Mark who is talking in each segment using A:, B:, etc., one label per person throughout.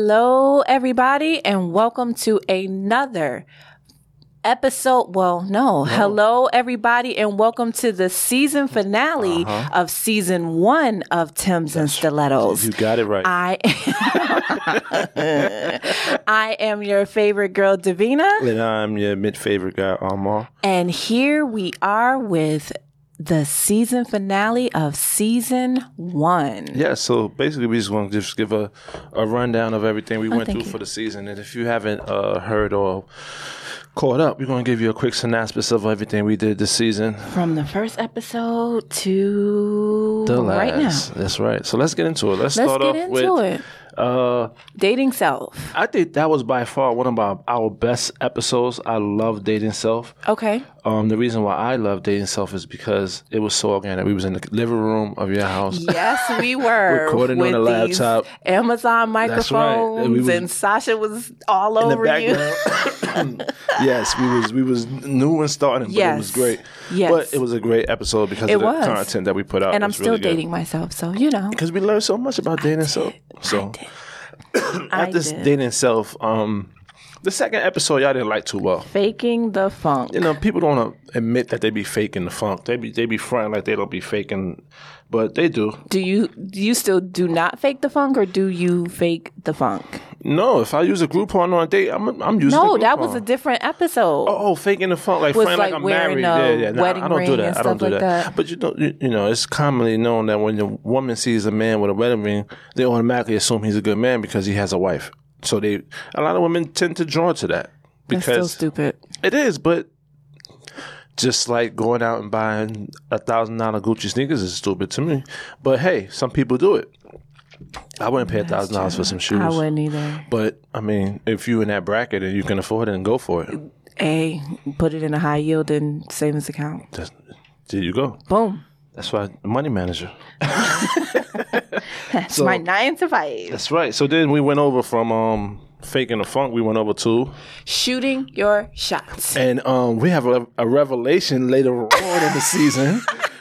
A: Hello, everybody, and welcome to another episode. Well, no. Hello, everybody, and welcome to the season finale of season one of Tim's and Stilettos.
B: Uh-huh. You got it right.
A: I I am your favorite girl, Davina,
B: and I'm your mid favorite guy, Omar.
A: and here we are with the season finale of season one.
B: Yeah, so basically, we just want to just give a, a rundown of everything we went
A: Oh, thank
B: through
A: you.
B: for the season. And if you haven't uh, heard or caught up, we're going to give you a quick synopsis of everything we did this season.
A: From the first episode to
B: The
A: right now.
B: last. That's right. So let's get into it. Let's,
A: Let's
B: start
A: get
B: off
A: into
B: with.
A: it.
B: Uh,
A: Dating self.
B: I think that was by far one of our, our best episodes. I love dating self.
A: Okay.
B: Um, the reason why I love dating self is because it was so organic. We was in the living room of your house.
A: Yes, we were.
B: Recording on
A: with
B: a
A: these
B: laptop.
A: Amazon
B: That's right. And we
A: microphones,
B: was-
A: and Sasha was all over you.
B: yes, we was we was new and starting, but it was
A: Yes.
B: great.
A: Yes.
B: but it was a great episode because of
A: It
B: the
A: was.
B: content that we put out.
A: And I'm still dating myself, so you know.
B: because we learned so much about dating. so so
A: I
B: at this
A: did.
B: dating self, um, the second episode y'all didn't like too well.
A: Faking the funk.
B: You know, people don't admit that they be faking the funk. They be they be fronting like they don't be faking, but they do.
A: Do you do you still do not fake the funk, or do you fake the funk?
B: No, if I use a Groupon on a date, I'm I'm using.
A: No,
B: a
A: that was a
B: Groupon.
A: different episode.
B: Oh, oh, faking the funk, like
A: Was,
B: friend, like,
A: like,
B: I'm
A: wearing
B: married.
A: a
B: Yeah, yeah. Nah,
A: wedding
B: I don't
A: ring
B: do that.
A: and
B: I don't
A: stuff
B: do
A: like
B: that.
A: that.
B: But you don't, you, you know, it's commonly known that when a woman sees a man with a wedding ring, they automatically assume he's a good man because he has a wife. So they, a lot of women tend to draw to that
A: That's so
B: because
A: stupid.
B: it is. But just like going out and buying a thousand dollar Gucci sneakers is stupid to me. But hey, some people do it. I wouldn't pay a thousand dollars for some shoes.
A: I wouldn't either.
B: But I mean, if you're in that bracket and you can afford it, then go for it.
A: A, put it in a high yield and savings account.
B: Just, there you go.
A: Boom.
B: That's why money manager.
A: That's my nine to five.
B: That's right. So then we went over from um faking the funk. We went over to,
A: Shooting your shots.
B: and um we have a, a revelation later on in the season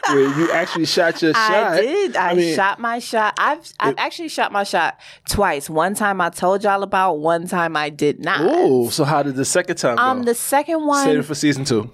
B: where you actually shot your shot.
A: I did. I,
B: mean,
A: shot my shot. I've I've actually shot my shot twice. One time I told y'all about. One time I did not.
B: Ooh. So how did the second time
A: Um,
B: go?
A: the second one,
B: Save it for season two.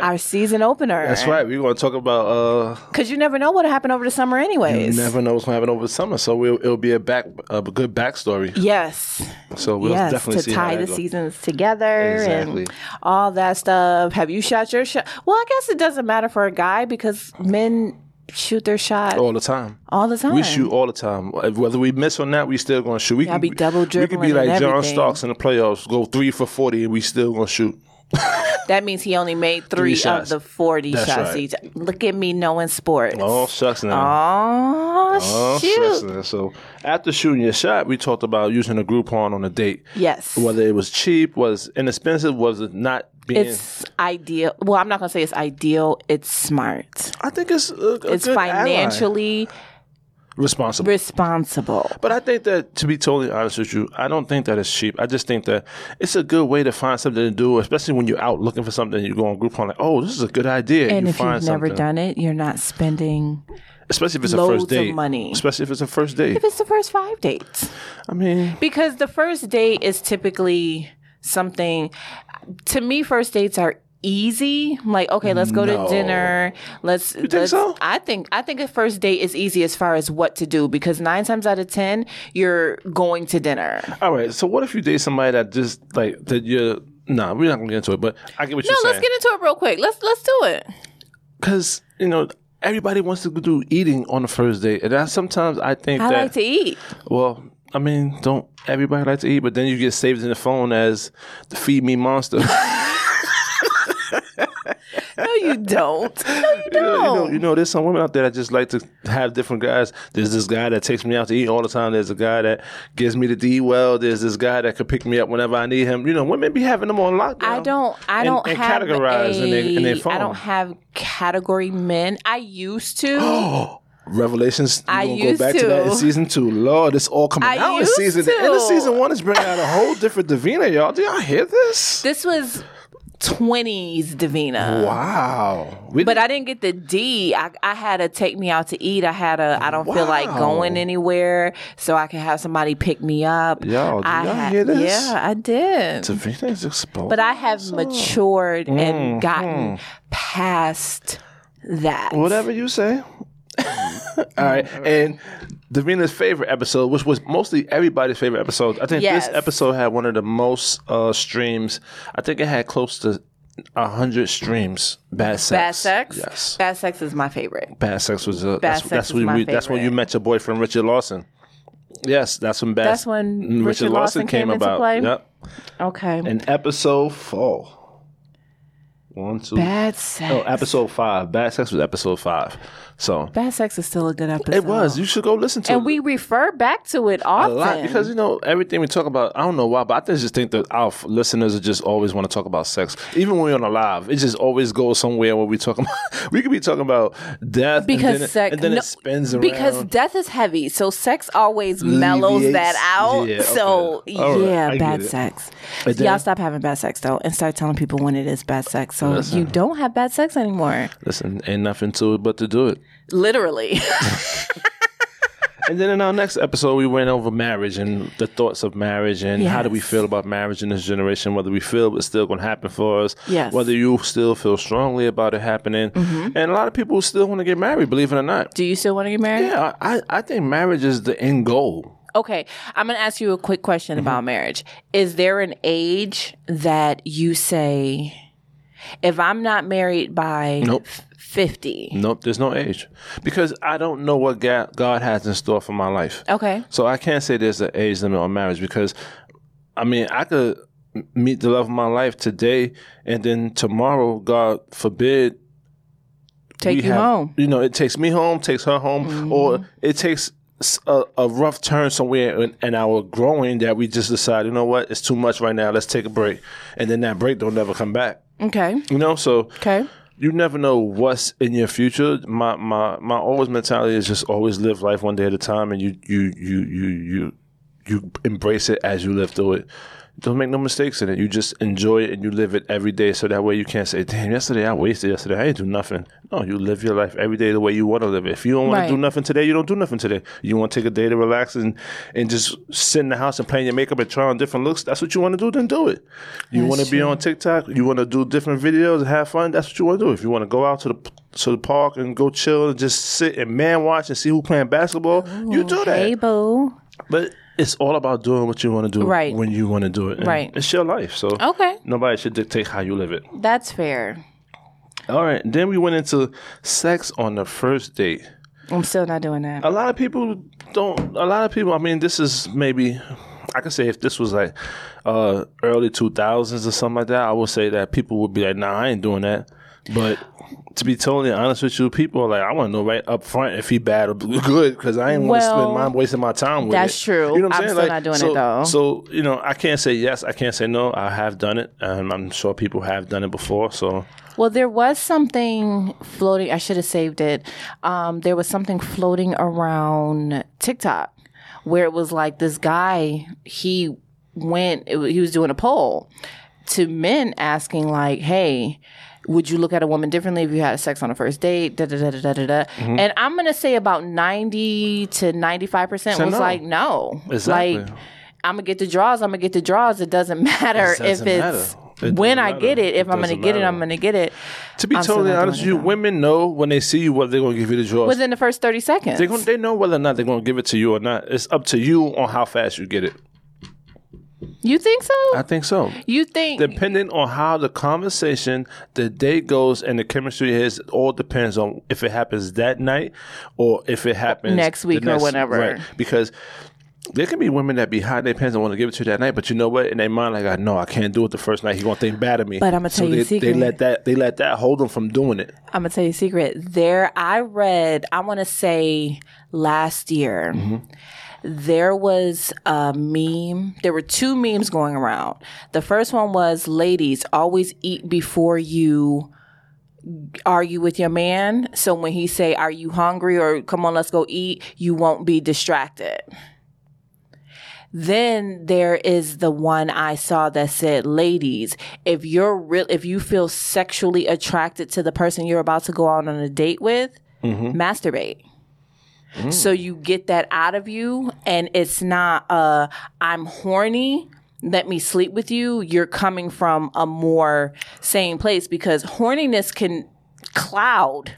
A: our season opener.
B: That's right. We're going to talk about. uh
A: Because you never know what happened over the summer, anyways.
B: You never know what's going to happen over the summer, so we'll, it'll be a back a good backstory.
A: Yes,
B: So we'll
A: yes,
B: definitely
A: to
B: see how
A: tie
B: that
A: the
B: goes.
A: seasons together
B: Exactly.
A: and all that stuff. Have you shot your shot? Well, I guess it doesn't matter for a guy because men shoot their shot
B: all the time.
A: all the time.
B: Oh, We shoot all the time. Whether we miss or not, we still gonna shoot. We
A: Y'all be double
B: We could
A: dribbling
B: be
A: and
B: like John
A: everything.
B: Starks in the playoffs, go three for forty, and we still gonna shoot.
A: That means he only made three, of
B: shots.
A: the forty
B: That's
A: shots
B: right.
A: each. Look at me knowing sports.
B: Oh shucks now.
A: Oh,
B: Oh, shucks
A: shoot.
B: now. So after shooting your shot, we talked about using a Groupon on a date.
A: Yes.
B: Whether it was cheap, was inexpensive, was it not being?
A: it's ideal. Well, I'm not going to say it's ideal. It's smart.
B: I think it's a, a
A: It's
B: good ally.
A: financially
B: responsible.
A: responsible.
B: But I think that, to be totally honest with you, I don't think that it's cheap. I just think that it's a good way to find something to do, especially when you're out looking for something. You go on Groupon, like, oh, this is a good idea.
A: And
B: you
A: if you've
B: find
A: never
B: something.
A: done it, you're not spending.
B: especially if it's
A: loads
B: a first
A: of
B: date,
A: money.
B: Especially if it's a first date.
A: If it's the first five dates,
B: I mean,
A: because the first date is typically something. To me, first dates are easy. I'm like, okay, let's go
B: No.
A: to dinner. Let's. You let's,
B: so?
A: I think I think a first date is easy as far as what to do because nine times out of ten, you're going to dinner.
B: all right. So what if you date somebody that just like that you're. Nah, we're not gonna get into it, but I get what
A: No,
B: you're
A: let's
B: saying.
A: get into it real quick. Let's let's do it.
B: Because you know everybody wants to do eating on the first date, and I sometimes I think
A: I
B: that
A: like to eat.
B: Well, I mean, don't everybody like to eat? But then you get saved in the phone as the feed me monster. you,
A: No, you don't. No, you
B: know, you know,
A: don't.
B: you know, there's some women out there that just like to have different guys. There's this guy that takes me out to eat all the time. There's a guy that gives me the D well. There's this guy that could pick me up whenever I need him. You know, women be having them on lockdown.
A: I don't. I
B: and-
A: don't
B: and
A: have
B: categorize
A: a,
B: in their- in their
A: I don't
B: phone.
A: have category men. I used to.
B: Revelations.
A: I
B: We're gonna
A: used
B: go back to. that in
A: to.
B: season two. Lord, it's all coming
A: I
B: out in
A: used
B: season.
A: to.
B: And the season one is bringing out a whole different Davina, y'all. Did y'all hear this?
A: this was 20s Davina.
B: Wow. We
A: But I didn't get the D. I, I had to take me out to eat. I had a I don't feel like
B: Wow.
A: going anywhere, so I can have somebody pick me up.
B: Y'all, did
A: I
B: y'all
A: ha-
B: hear this?
A: Yeah, I did.
B: Davina's exposed.
A: but I have matured
B: Mm-hmm.
A: and gotten past that.
B: Whatever you say. All right. And Davina's favorite episode, which was mostly everybody's favorite episode. I think
A: Yes.
B: this episode had one of the most uh, streams. I think it had close to 100 streams. Bad sex.
A: Bad sex.
B: Yes.
A: Bad sex is my favorite.
B: Bad sex was a. that's,
A: sex
B: that's,
A: was
B: when
A: my
B: we, that's when you
A: favorite.
B: met your boyfriend, Richard Lawson. Yes, that's when bad.
A: That's when Richard Lawson came into play?
B: Yep.
A: Okay.
B: And episode four. One, two.
A: Bad sex.
B: Oh, episode five. Bad sex was episode five. So
A: Bad sex is still a good episode.
B: Oh. it was. You should go listen to
A: And
B: it
A: we refer back to it
B: a
A: often.
B: lot because you know everything we talk about. I don't know why, but I just think that our f- listeners just always want to talk about sex, even when we're on a live. It just always goes somewhere where we talk about. we could be talking about death
A: because
B: and then, it-
A: sex
B: and then
A: no,
B: it spins around.
A: because death is heavy so sex always mellows
B: Alleviates-
A: that out
B: Yeah, okay.
A: so
B: All right,
A: yeah
B: I get
A: bad
B: it.
A: sex
B: And then-
A: y'all stop having bad sex though and start telling people when it is bad sex so you don't have bad sex anymore
B: listen, ain't nothing to it but to do it.
A: literally
B: And then in our next episode, we went over marriage and the thoughts of marriage and how do we
A: Yes.
B: feel about marriage in this generation, whether we feel it's still going to happen for us,
A: Yes. Mm-hmm.
B: whether you still feel strongly about it happening. And a lot of people still want to get married, believe it or not.
A: do you still want to get married
B: Yeah, I, I think marriage is the end goal.
A: okay i'm gonna ask you a quick question
B: Mm-hmm.
A: about marriage is there an age that you say if i'm not married by
B: Nope. Mm.
A: 50
B: Nope, there's no age. Because I don't know what Ga- God has in store for my life.
A: okay
B: So I can't say there's an age limit on marriage because, I mean, I could m- meet the love of my life today, and then tomorrow, God forbid,
A: take
B: we
A: you
B: have-
A: home Mm-hmm.
B: You know, it takes me home, takes her home, or it takes s- a, a rough turn somewhere in, in our growing that we just decide, you know what, it's too much right now. Let's take a break, and then that break don't never come back.
A: okay
B: You know, so
A: okay
B: you never know what's in your future. My my my always mentality is just always live life one day at a time, and you you you you you you embrace it as you live through it. Don't make no mistakes in it. You just enjoy it and you live it every day. So that way you can't say, "Damn, yesterday I wasted yesterday. I didn't do nothing." No, you live your life every day the way you want to live it. If you don't want
A: Right.
B: to do nothing today, you don't do nothing today. You want to take a day to relax and and just sit in the house and play in your makeup and try on different looks. That's what you want to do. Then do it. You want to be on TikTok. You want to do different videos and have fun. That's what you want to do. If you want to go out to the to the park and go chill and just sit and man watch and see who playing basketball, you do that.
A: hey boo
B: But it's all about doing what you want to do
A: Right.
B: when you want to do it. And
A: Right.
B: It's your life. So
A: Okay.
B: nobody should dictate how you live it.
A: That's fair.
B: All right. Then we went into sex on the first date.
A: I'm still not doing that.
B: A lot of people don't a lot of people I mean this is maybe I could say if this was like uh early 2000s or something like that, I would say that people would be like, "Nah, I ain't doing that." But to be totally honest with you, people are like, "I want to know right up front if he bad or good because I ain't want to
A: Well,
B: spend my wasting my time with
A: that's
B: it."
A: true.
B: You know what I'm,
A: I'm
B: saying?
A: still
B: like,
A: not doing it,
B: so-
A: though.
B: So you know, I can't say yes. I can't say no. I have done it, and I'm sure people have done it before. So
A: Well, there was something floating. I should have saved it. Um, there was something floating around TikTok where it was like this guy, he went, it, wa- he was doing a poll to men asking, like, hey, would you look at a woman differently if you had sex on a first date? Da, da, da, da, da, da, da.
B: Mm-hmm.
A: And I'm going to say about 90 to 95%
B: Said
A: was
B: no.
A: like, no.
B: Exactly.
A: Like, I'm gonna get the draws. I'm gonna get the draws. It doesn't matter
B: It doesn't
A: if it's
B: matter. It
A: when
B: doesn't
A: I get
B: matter.
A: it. If
B: It
A: I'm gonna
B: doesn't
A: get it,
B: matter.
A: I'm gonna get it.
B: to be
A: I'm still
B: totally
A: not doing
B: honest,
A: it,
B: with you
A: though.
B: women know when they see you whether they're gonna give you the draws.
A: within the first 30 seconds.
B: They gon- they know whether or not they're gonna give it to you or not. It's up to you on how fast you get it.
A: you think so?
B: I think so.
A: you think
B: Depending on how the conversation, the date goes, and the chemistry is, it all depends on if it happens that night or if it happens
A: Next
B: the
A: week or whenever.
B: Right. Because there can be women that be hot in their pants and want to give it to you that night, but you know what? In their mind, like, I know I can't do it the first night. He gonna think bad of me.
A: But I'ma
B: So
A: tell you a
B: they,
A: secret.
B: They let that they let that hold them from doing it.
A: I'm gonna tell you a secret. There, I read. I want to say last year. There was a meme. There were two memes going around. The first one was, "Ladies, always eat before you argue with your man. So when he say, "Are you hungry?" or "Come on, let's go eat," you won't be distracted. Then there is the one I saw that said, "Ladies, if you're real, if you feel sexually attracted to the person you're about to go out on a date with,
B: Mm-hmm.
A: masturbate."
B: Mm.
A: So you get that out of you, and it's not uh, I'm horny. Let me sleep with you. You're coming from a more sane place because horniness can cloud.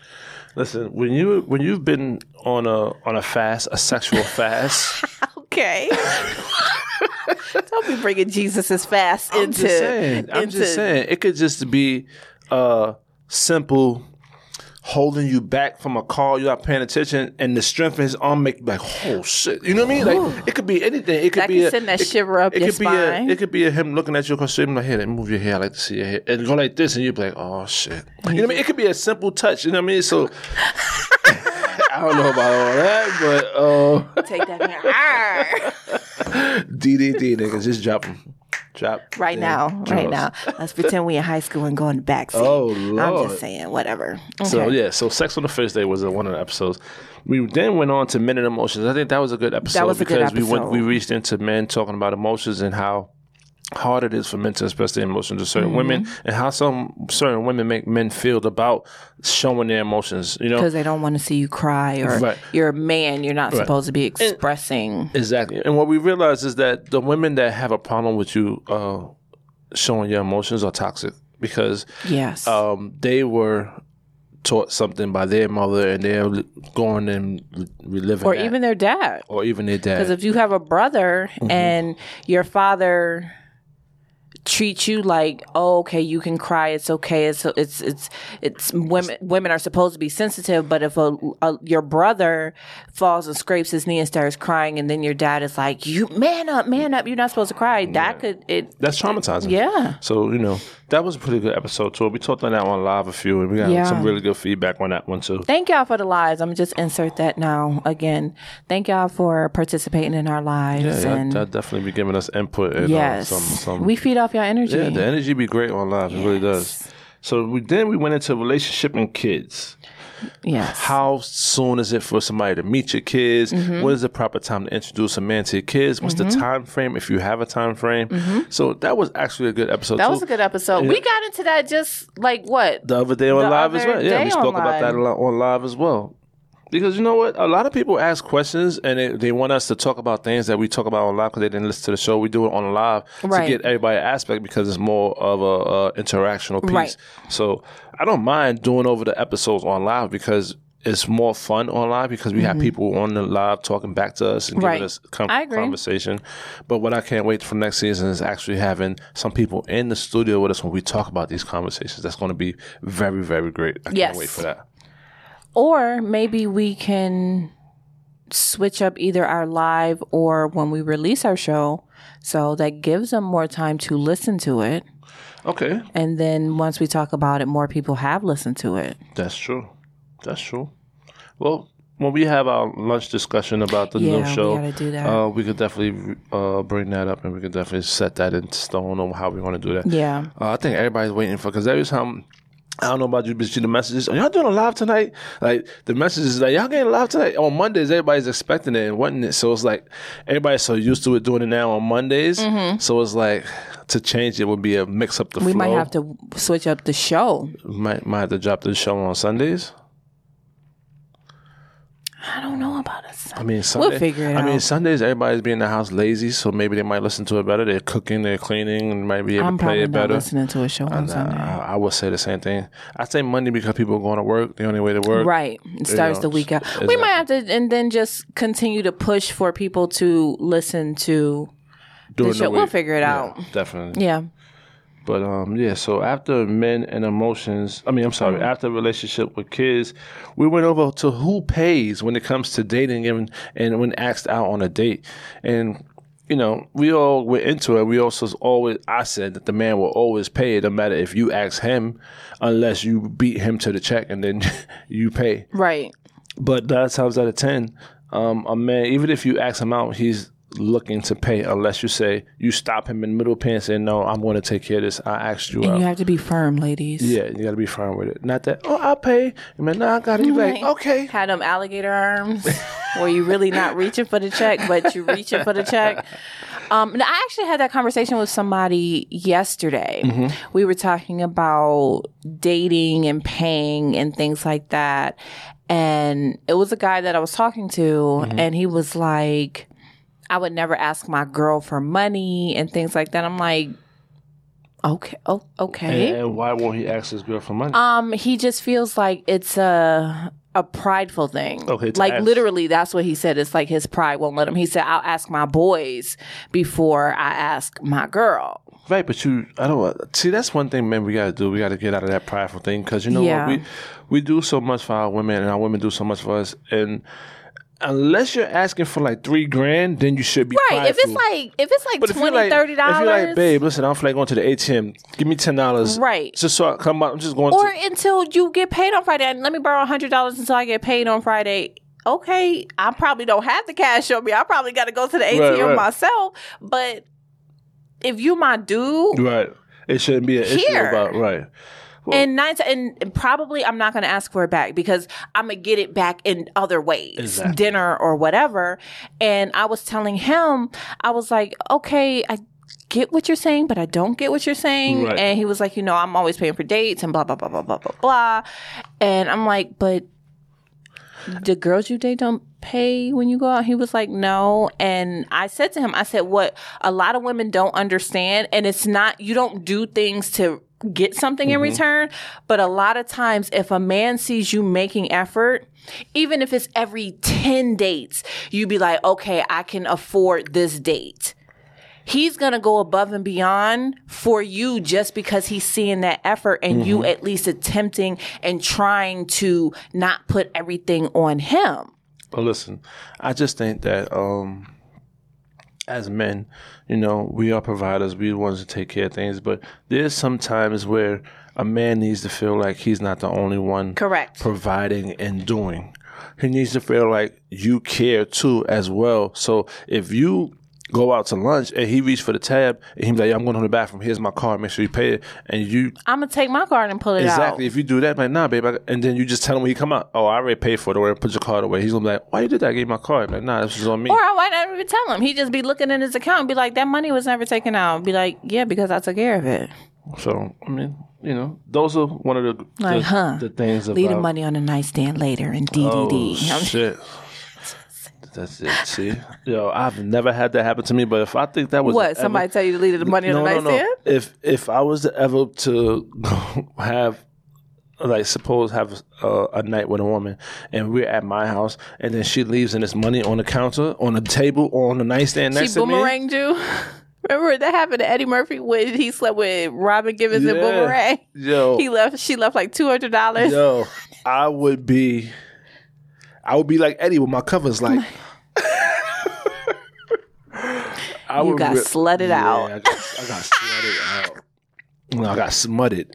B: Listen, when you when you've been on a on a fast, a sexual fast,
A: Okay. Don't be bringing Jesus's fast
B: I'm
A: into.
B: just saying, I'm
A: into-
B: just saying, it could just be uh simple holding you back from a call you're not paying attention and the strength of his arm make you like oh shit you know what i mean like it could be anything it could
A: That
B: be
A: could
B: a,
A: send that
B: it,
A: shiver up
B: it
A: your
B: could be a,
A: spine.
B: it could be a him looking at you across the street and like hey let me move your hair i like to see your hair and go like this and you'd be like oh shit you know what i mean it could be a simple touch you know what i mean so i don't know about all that but uh
A: Take that back. Arr.
B: DDD niggas, just drop them. Drop
A: right
B: them
A: now, right
B: drugs.
A: now. Let's pretend we in high school and going back.
B: Oh,
A: I'm
B: Lord.
A: just saying, whatever.
B: So
A: Okay.
B: yeah, so sex on the first day was uh, one of the episodes. We then went on to men and emotions. I think that was a good episode
A: was a good
B: because we went
A: episode.
B: we reached into men talking about emotions and how hard it is for men to express their emotions to certain women
A: Mm-hmm.
B: and how some certain women make men feel about showing their emotions. You know,
A: Because they don't want to see you cry, or
B: Right.
A: you're a man, you're not supposed to be expressing.
B: Exactly. And what we realize is that the women that have a problem with you uh, showing your emotions are toxic because
A: yes.
B: um, they were taught something by their mother and they're li- going and re- reliving
A: or
B: that.
A: even their dad.
B: or even their dad.
A: Because if you have a brother
B: Mm-hmm.
A: and your father treats you like, oh, okay, you can cry, it's okay, it's it's it's it's women women are supposed to be sensitive, but if a, a your brother falls and scrapes his knee and starts crying, and then your dad is like, you man up, man up, you're not supposed to cry. That could it,
B: That's traumatizing.
A: yeah.
B: So, you know, that was a pretty good episode, too. We talked on that one live a few, and we got
A: Yeah.
B: some really good feedback on that one, too.
A: Thank y'all for the lives. I'm just insert that now again. Thank y'all for participating in our
B: Yeah,
A: lives
B: y'all,
A: and
B: y'all definitely be giving us input and uh,
A: yes,
B: some, some
A: we feed off y'all energy.
B: Yeah, the energy be great on live. It really does. So we, then we went into relationship and kids.
A: yes.
B: How soon is it for somebody to meet your kids?
A: Mm-hmm.
B: What is the proper time to introduce a man to your kids? What's the time frame if you have a time frame? So that was actually a good episode.
A: Mm-hmm. That
B: too.
A: was a good episode. We got into that just like what?
B: the other day on
A: The
B: live as
A: other
B: well. Yeah,
A: day
B: we spoke
A: on
B: about that
A: live.
B: a lot on live as well. Because you know what, a lot of people ask questions and they, they want us to talk about things that we talk about on live because they didn't listen to the show. We do it on live
A: Right.
B: to get everybody aspect because it's more of a, uh interactional piece.
A: Right.
B: So I don't mind doing over the episodes on live because it's more fun on live because we have people on the live talking back to us and
A: Mm-hmm. Right.
B: giving us com-
A: I agree.
B: conversation. But what I can't wait for next season is actually having some people in the studio with us when we talk about these conversations. That's going to be very, very great. I
A: Yes.
B: can't wait for that.
A: Or maybe we can switch up either our live or when we release our show so that gives them more time to listen to it.
B: Okay,
A: And then once we talk about it, more people have listened to it.
B: that's true. That's true. Well, when we have our lunch discussion about the
A: Yeah,
B: new
A: we
B: show,
A: gotta do that.
B: Uh, we could definitely uh, bring that up and we could definitely set that in stone on how we're going to do that.
A: Yeah.
B: Uh, I think everybody's waiting for because every time. I don't know about you, but you the messages. Are y'all doing a live tonight? Like the messages, like y'all getting live tonight on Mondays. Everybody's expecting it and wanting it, so it's like everybody's so used to it doing it now on Mondays. So it's like to change it would be a mix up the
A: Mm-hmm. We
B: flow.
A: might have to switch up the show.
B: might might have to drop the show on Sundays.
A: I don't know about us.
B: I mean, Sunday,
A: figure it
B: I mean,
A: out.
B: Sundays everybody's being in the house lazy, so maybe they might listen to it better. They're cooking, they're cleaning, and might be able
A: I'm
B: to play
A: probably
B: it
A: not
B: better.
A: listening to a show on Sunday.
B: I, I would say the same thing. I say Monday because people are going to work. The only way to work.
A: Right. It starts
B: know,
A: the week out. We
B: exactly.
A: might have to, and then just continue to push for people to listen to.
B: during
A: show. We'll
B: week.
A: figure it
B: Yeah,
A: out.
B: Definitely.
A: Yeah.
B: But um, yeah. So after men and emotions, I mean, I'm sorry. After relationship with kids, we went over to who pays when it comes to dating and and when asked out on a date, and you know we all went into it. We also always I said that the man will always pay. It no matter if you ask him, unless you beat him to the check and then you pay.
A: Right.
B: But nine times out of ten, um, a man, even if you ask him out, he's looking to pay unless you say you stop him in the middle of paying and say, No, I'm gonna take care of this. I asked you
A: And
B: out.
A: you have to be firm, ladies.
B: yeah, you gotta be firm with it. Not that, oh I'll pay. And then no, I gotta be like, okay.
A: Had them alligator arms where you really not reaching for the check, but you reaching for the check. Um, and I actually had that conversation with somebody yesterday. We were talking about dating and paying and things like that. And it was a guy that I was talking to, and he was like, I would never ask my girl for money and things like that. I'm like, okay, oh, okay.
B: And, and why won't he ask his girl for money?
A: Um, he just feels like it's a a prideful thing.
B: Okay, to
A: like
B: ask-
A: literally, that's what he said. It's like his pride won't let him. He said, "I'll ask my boys before I ask my girl."
B: Right, but you, I don't uh, see. That's one thing, man. We gotta do. We gotta get out of that prideful thing because you know
A: Yeah.
B: what? We we do so much for our women, and our women do so much for us. And unless you're asking for like three grand, then you should be
A: Right? If it's
B: prideful.
A: like if it's like
B: But if you're
A: twenty,
B: like-
A: thirty
B: If
A: dollars,
B: you're like, babe, listen, I'm like going to the ATM. Give me ten dollars.
A: Right.
B: Just so I come out. I'm just going.
A: or
B: to,
A: until you get paid on Friday, and let me borrow hundred dollars until I get paid on Friday. Okay, I probably don't have the cash on me. I probably got to go to the ATM
B: right.
A: myself. But if you my dude,
B: right. It shouldn't be an issue
A: Here.
B: about right.
A: And nine ti- and probably I'm not going to ask for it back because I'm gonna get it back in other ways,
B: Exactly.
A: dinner or whatever. And I was telling him, I was like, okay, I get what you're saying, but I don't get what you're saying.
B: Right.
A: And he was like, you know, I'm always paying for dates and blah blah blah blah blah blah blah. And I'm like, but the girls you date don't pay when you go out he was like no and i said to him i said what a lot of women don't understand and it's not you don't do things to get something in return but a lot of times if a man sees you making effort even if it's every 10 dates you'd be like okay i can afford this date he's gonna go above and beyond for you just because he's seeing that effort and
B: Mm-hmm.
A: you at least attempting and trying to not put everything on him.
B: But listen, I just think that um as men, you know, we are providers, we the ones to take care of things, but there's some times where a man needs to feel like he's not the only one
A: Correct.
B: providing and doing. He needs to feel like you care too as well. So if you go out to lunch and he reach for the tab and he be like, "Yo, I'm going to the bathroom, here's my card, make sure you pay it and you
A: I'm gonna take my card and pull it
B: Exactly.
A: out.
B: If you do that, like, nah, babe, I, and then you just tell him when he come out, oh, I already paid for it, or put your card away. He's gonna be like, why you did that? I gave my card. Like, nah, this was on me.
A: Or I might not even tell him. He just be looking in his account and be like, that money was never taken out. Be like, yeah, because I took care of it.
B: so, I mean, you know, those are one of the
A: Like,
B: the,
A: huh,
B: the things about
A: Leave the money on a nightstand later in
B: Oh,
A: DDD. I'm-
B: shit. That's it. See, yo, I've never had that happen to me. But if I think that was
A: what?
B: ever-
A: Somebody tell you to leave the money on a nightstand?
B: If if I was to ever to have like suppose have uh, a, a night with a woman and we're at my house and then she leaves and it's money on the counter on the table or on the nightstand
A: She
B: next to me.
A: boomeranged you. Remember when that happened to Eddie Murphy when he slept with Robin Givens and
B: Yeah.
A: Boomerang?
B: Yo,
A: He left. She left like two hundred dollars.
B: yo, I would be, I would be like Eddie with my covers
A: Oh
B: like. I
A: You
B: would
A: got slutted
B: Yeah,
A: out.
B: I got, I got slutted out. No, I got smutted.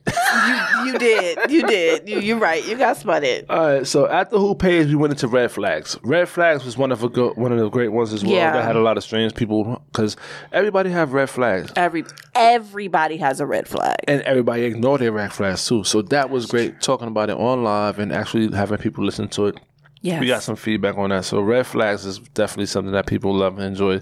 A: You did. You did. You, you're right. You got spotted.
B: All right, so after Who Pays, we went into Red Flags. Red Flags was one of the go- one of the great ones as well.
A: Yeah.
B: That had a lot of strange people because everybody have red flags
A: Every everybody has a red flag.
B: and everybody ignored their red flags too. So that was great talking about it on live and actually having people listen to it.
A: Yes.
B: We got some feedback on that. So red flags is definitely something that people love and enjoy.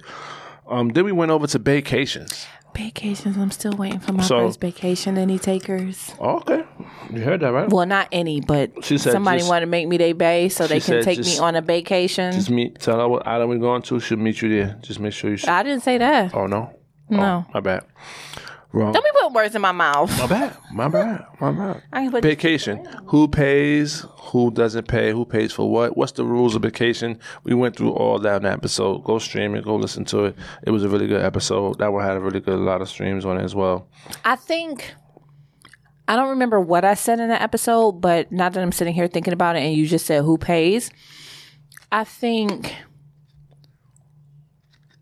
B: Um, then we went over to vacations.
A: vacations. I'm still waiting for my
B: So-
A: first vacation. Any takers?
B: Oh, okay, you heard that right?
A: Well, not any, but
B: She said
A: somebody
B: just-
A: want to make me their bae so they can
B: said
A: take me
B: just-
A: on a vacation.
B: Just meet. Tell her what island we're going to. She'll meet you there. Just make sure you. Sh-
A: I didn't say that.
B: oh no.
A: No.
B: Oh, my bad. Wrong.
A: Don't be putting words in my mouth.
B: My bad. My bad. My bad.
A: I can put-
B: Vacation. Who pays? Who doesn't pay? Who pays for what? What's the rules of vacation? We went through all that in that episode. Go stream it. Go listen to it. It was a really good episode. That one had a really good, a lot of streams on it as well.
A: I think I don't remember what I said in that episode, but now that I'm sitting here thinking about it, and you just said who pays, I think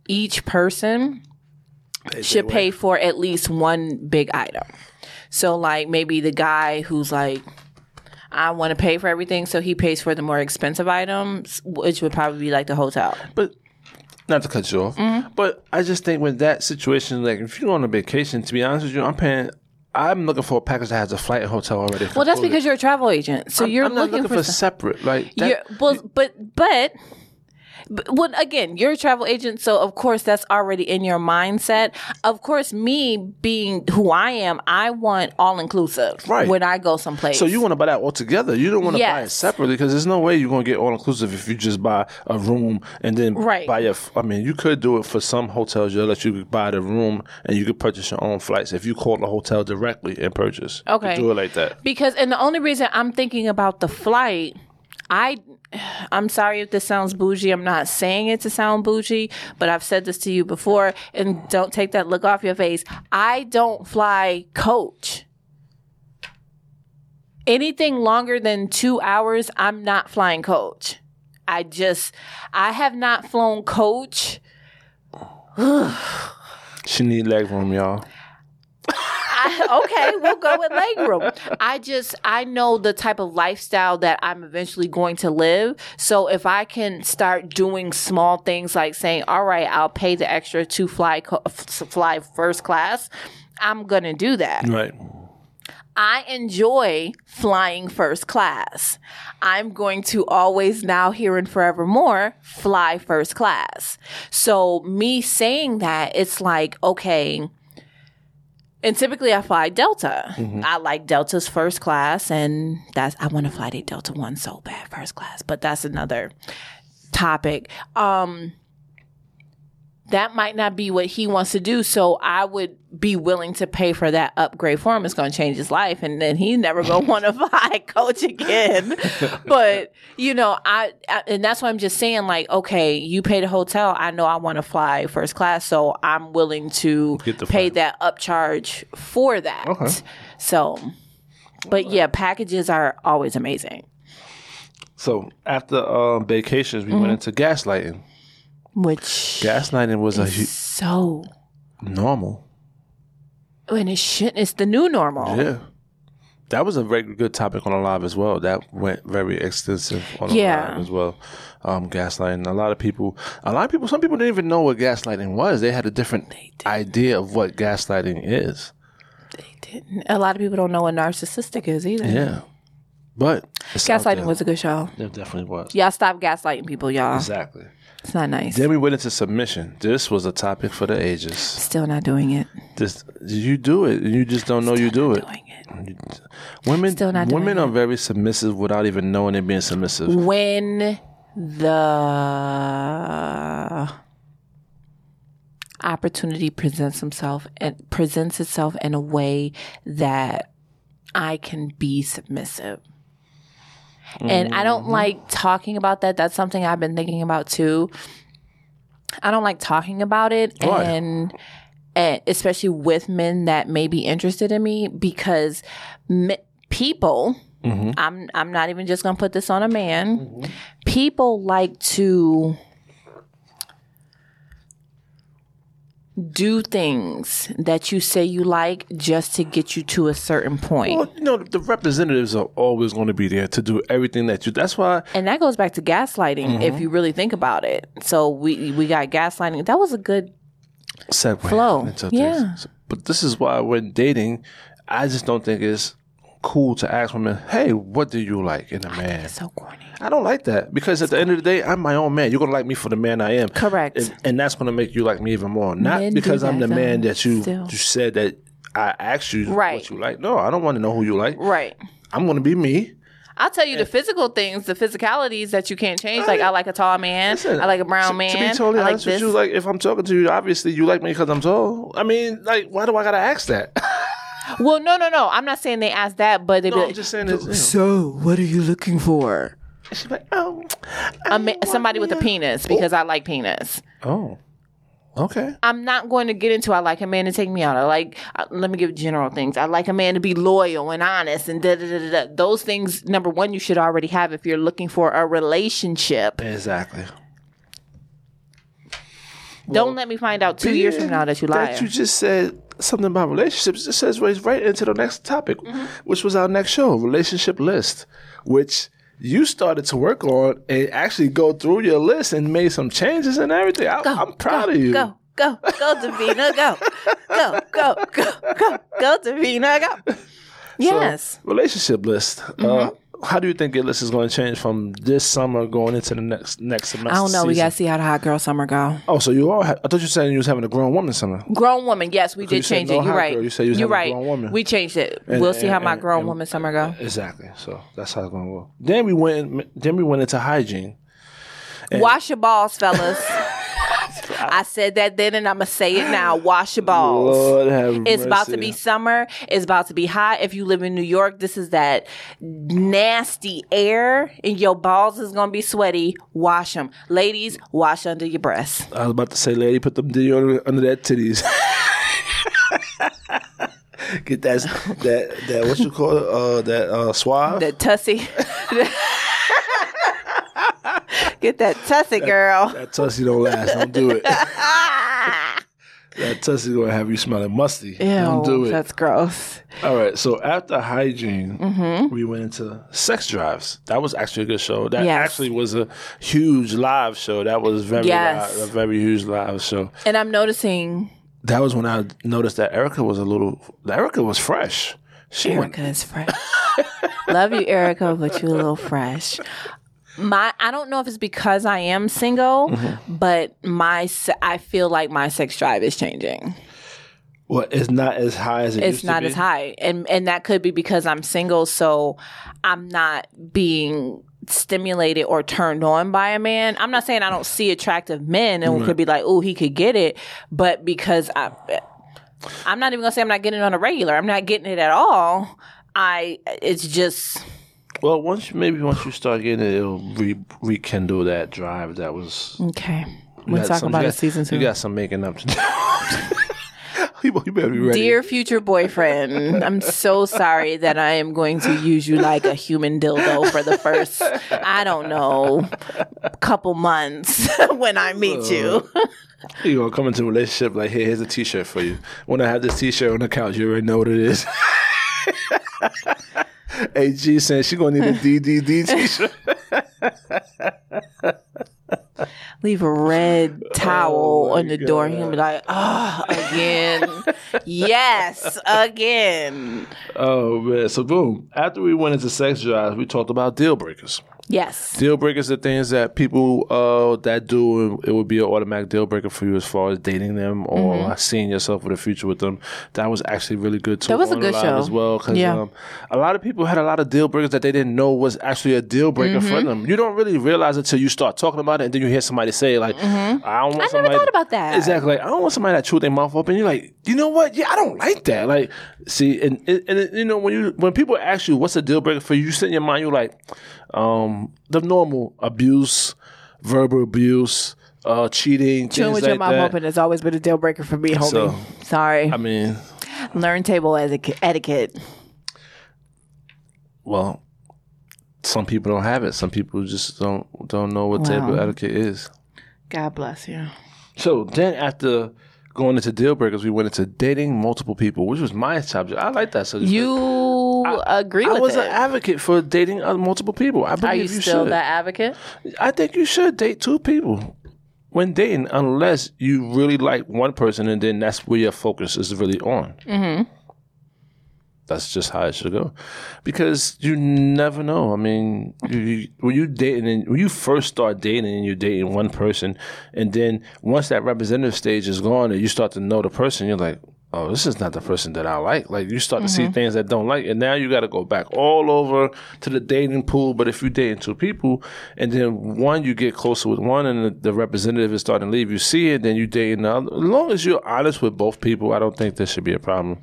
A: each person should pay for at least one big item. So, like maybe the guy who's like, I want to pay for everything, so he pays for the more expensive items, which would probably be like the hotel.
B: But not to cut you off,
A: Mm-hmm.
B: but I just think with that situation, like if you go on a vacation, to be honest with you, I'm paying. I'm looking for a package that has a flight and hotel already.
A: Well, that's
B: included.
A: because you're a travel agent, so
B: I'm-
A: you're
B: I'm not
A: looking, for. some-
B: separate. Like that,
A: you're, well, but but. But well, again, you're a travel agent, so of course that's already in your mindset. Of course, me being who I am, I want all inclusive
B: Right.
A: when I go someplace.
B: So you want to buy that all together. You don't want to buy it
A: Yes.
B: separately because there's no way you're going to get all inclusive if you just buy a room and then
A: Right.
B: buy a. f- I mean, you could do it for some hotels. You'll let you buy the room and you could purchase your own flights if you call the hotel directly and purchase. You could
A: Okay.
B: do it like that.
A: Because and the only reason I'm thinking about the flight, I I'm sorry if this sounds bougie. I'm not saying it to sound bougie, but I've said this to you before and don't take that look off your face. I don't fly coach. Anything longer than 2 hours, I'm not flying coach. I just I have not flown coach.
B: She need leg room, y'all.
A: I, okay, we'll go with legroom. I just I know the type of lifestyle that I'm eventually going to live. So if I can start doing small things like saying, "All right, I'll pay the extra to fly co- f- to fly first class," I'm gonna do that.
B: Right.
A: I enjoy flying first class. I'm going to always now, here, and forevermore fly first class. So, me saying that, it's like, okay. And typically, I fly Delta. I like Delta's first class, and that's I want to fly the Delta one so bad, first class. But that's another topic. Um, that might not be what he wants to do. So I would be willing to pay for that upgrade for him. It's going to change his life, and then he's never going to want to fly coach again. but you know, I, I and that's why I'm just saying, like, okay, you pay the hotel. I know I want to fly first class, so I'm willing to
B: Get the
A: pay
B: flight.
A: that upcharge for that.
B: Okay.
A: So, but yeah, packages are always amazing.
B: So after um, vacations,
A: Mm-hmm.
B: we went into gaslighting.
A: Which
B: Gaslighting was a
A: is
B: hu-
A: so
B: normal.
A: and it shouldn't. It's the new normal.
B: Yeah. That was a very good topic on the live as well. That went very extensive on the
A: Yeah.
B: live as well. Um, gaslighting. A lot of people, a lot of people, some people didn't even know what gaslighting was. They had a different idea of what gaslighting is.
A: didn't. A lot of people don't know what narcissistic is either.
B: Yeah. But it's out
A: Gaslighting
B: there.
A: was a good show.
B: It definitely was.
A: Y'all stop gaslighting people, y'all.
B: Exactly.
A: It's not nice.
B: Then we went into submission. This was a topic for the ages.
A: Still not doing it.
B: This you do it. You just don't know you do it.
A: Doing it.
B: Women
A: Still not doing
B: women are very submissive without even knowing they're being submissive.
A: When the opportunity presents himself and presents itself in a way that I can be submissive. And I don't like talking about that. That's something I've been thinking about too. I don't like talking about it
B: Why?
A: and and especially with men that may be interested in me because me, people
B: Mm-hmm.
A: I'm I'm not even just going to put this on a man. People like to do things that you say you like just to get you to a certain point.
B: Well, Oh, you know, the representatives are always going to be there to do everything that you. That's why
A: and that goes back to gaslighting
B: Mm-hmm.
A: if you really think about it. So we we got gaslighting. That was a good
B: segue
A: Flow,
B: into
A: yeah.
B: things. But this is why when dating, I just don't think it's cool to ask women, "Hey, what do you like in a man?"
A: so corny.
B: I don't like that because at the end of the day, I'm my own man. You're gonna like me for the man I am.
A: Correct.
B: And, and that's gonna make you like me even more. Not
A: Men do
B: because I'm the
A: that,
B: man
A: though,
B: that you
A: still.
B: you said that I asked you
A: Right.
B: what you like. No, I don't want to know who you like.
A: Right.
B: I'm gonna be me.
A: I'll tell you the physical things, the physicalities that you can't change. Like I like a tall man.
B: Listen,
A: I like a brown
B: to-
A: Oh, man.
B: To be totally
A: I like
B: honest
A: this.
B: with you, like if I'm talking to you, obviously you like me because I'm tall. I mean, like why do I gotta ask that?
A: Well, no, no, no. I'm not saying they ask that, but they be
B: no, I'm
A: like,
B: just saying this. You know.
A: so what are you looking for?
B: She's like, oh,
A: A ma- somebody with a penis because I like penis.
B: oh, okay.
A: I'm not going to get into I like a man to take me out. I like uh, let me give general things. I like a man to be loyal and honest and da da da da. da. Those things number one you should already have if you're looking for a relationship.
B: Exactly.
A: Don't let me find out two years from now that you lied.
B: That you just said something about relationships.
A: Mm-hmm.
B: It says right right into the next topic, which was our next show, relationship list, which you started to work on and actually go through your list and made some changes and everything. I,
A: Go,
B: I'm proud
A: go,
B: of you.
A: Go, go, go, Davina, go, go, go, go, go, go, Davina, go.
B: So,
A: Yes.
B: relationship list.
A: Mm-hmm.
B: Uh, how do you think your list is going to change from this summer going into the next next semester?
A: I don't know. We
B: season?
A: gotta see how the hot girl summer go.
B: Oh, so you all? Ha- I thought you said you was having a grown woman summer.
A: Grown woman, yes, we
B: you
A: did
B: said
A: change
B: no
A: it. You're
B: hot
A: right.
B: girl. You said you was
A: are
B: having a
A: right.
B: grown woman.
A: We changed it.
B: And-
A: we'll see
B: and-
A: how my
B: and-
A: grown
B: and-
A: woman summer go.
B: Exactly. So that's how it's going to go. Then we went. Then we went into hygiene.
A: Wash your balls, fellas. I said that then, and I'm gonna say it now. Wash your balls.
B: Oh. Lord have
A: It's about to
B: mercy.
A: be summer. It's about to be hot. If you live in New York, this is that nasty air, and your balls is gonna be sweaty. Wash them, ladies. Wash under your breasts.
B: I was about to say, lady, put them deodorant under that titties. Get that that that what you call it? Uh, that uh, suave.
A: The tussie. Get that tussie, girl.
B: that tussie don't last. Don't do it. that tussie gonna have you smelling musty. don't do
A: Ew,
B: it.
A: that's gross.
B: All right. So after hygiene,
A: Mm-hmm.
B: we went into sex drives. That was actually a good show. That
A: Yes.
B: actually was a huge live show. That was very
A: Yes.
B: live, a very huge live show.
A: And I'm noticing
B: That was when I noticed that Erica was a little. Erica was fresh. She went.
A: Erica is fresh. Love you, Erica, but you a little fresh. My, I don't know if it's because I am single, but my, se- I feel like my sex drive is changing.
B: Well, it's not as high as it used
A: It's
B: to
A: not
B: be.
A: as high, and and that could be because I'm single, so I'm not being stimulated or turned on by a man. I'm not saying I don't see attractive men, and could be like, oh, he could get it, but because I, I'm not even gonna say I'm not getting it on a regular. I'm not getting it at all. I, it's just.
B: Well, once you, maybe once you start getting it, it'll re- rekindle that drive that was.
A: Okay.
B: you
A: We're
B: got
A: talking
B: some-
A: about
B: you
A: a
B: got-
A: season
B: You
A: two.
B: got some making up to do. you, you better be ready.
A: Dear future boyfriend, I'm so sorry that I am going to use you like a human dildo for the first, I don't know, couple months when I meet you.
B: You gonna come into a relationship like, hey, here's a T-shirt for you. When I have this T-shirt on the couch, you already know what it is. AG saying she gonna need a DDD T-shirt.
A: Leave a red
B: Oh
A: towel on the door. He'll be like, oh, again. yes, again.
B: oh man! So boom. After we went into sex drives, we talked about deal breakers.
A: Yes.
B: Deal breakers are things that people uh, that do and it would be an automatic deal breaker for you as far as dating them or
A: Mm-hmm.
B: seeing yourself with a future with them. That was actually really good too.
A: That was a
B: on
A: good
B: Live
A: show.
B: as well because
A: Yeah.
B: um, a lot of people had a lot of deal breakers that they didn't know was actually a deal breaker for
A: Mm-hmm.
B: them. You don't really realize it until you start talking about it and then you hear somebody say like, "I don't want."
A: Mm-hmm. I never
B: somebody-
A: thought about that.
B: Exactly. Like, I don't want somebody that chew their mouth open. You're like, you know what? Yeah, I don't like that. Like, see, and and, and you know when you when people ask you what's a deal breaker for you, you sit in your mind, you're like, um, the normal abuse, verbal abuse, uh, cheating,
A: Doing
B: things
A: with
B: like
A: your mouth
B: that.
A: open has always been a deal breaker for me, homie.
B: So-
A: Sorry.
B: I mean,
A: Learn table etiquette. etiquette.
B: well, some people don't have it. Some people just don't don't know what table etiquette is.
A: God bless you.
B: So then after. Going into deal breakers, we went into dating multiple people, which was my subject. I like that subject.
A: You agree
B: I
A: with
B: was
A: it?
B: an advocate for dating uh, multiple people. I believe
A: Are you, still
B: should.
A: that advocate?
B: I think you should date two people when dating, unless you really like one person, and then that's where your focus is really on. Mm-hmm. That's just how it should go, because you never know. I mean, you, you, when you dating, and when you first start dating, and you're dating one person, and then once that representative stage is gone, and you start to know the person, you're like. Oh, this is not the person that I like. Like you start to see things that don't like, and now you got to go back all over to the dating pool. But if you dating two people, and then one you get closer with one, and the, the representative is starting to leave, you see it, then you dating the other. As long as you're honest with both people, I don't think there should be a problem.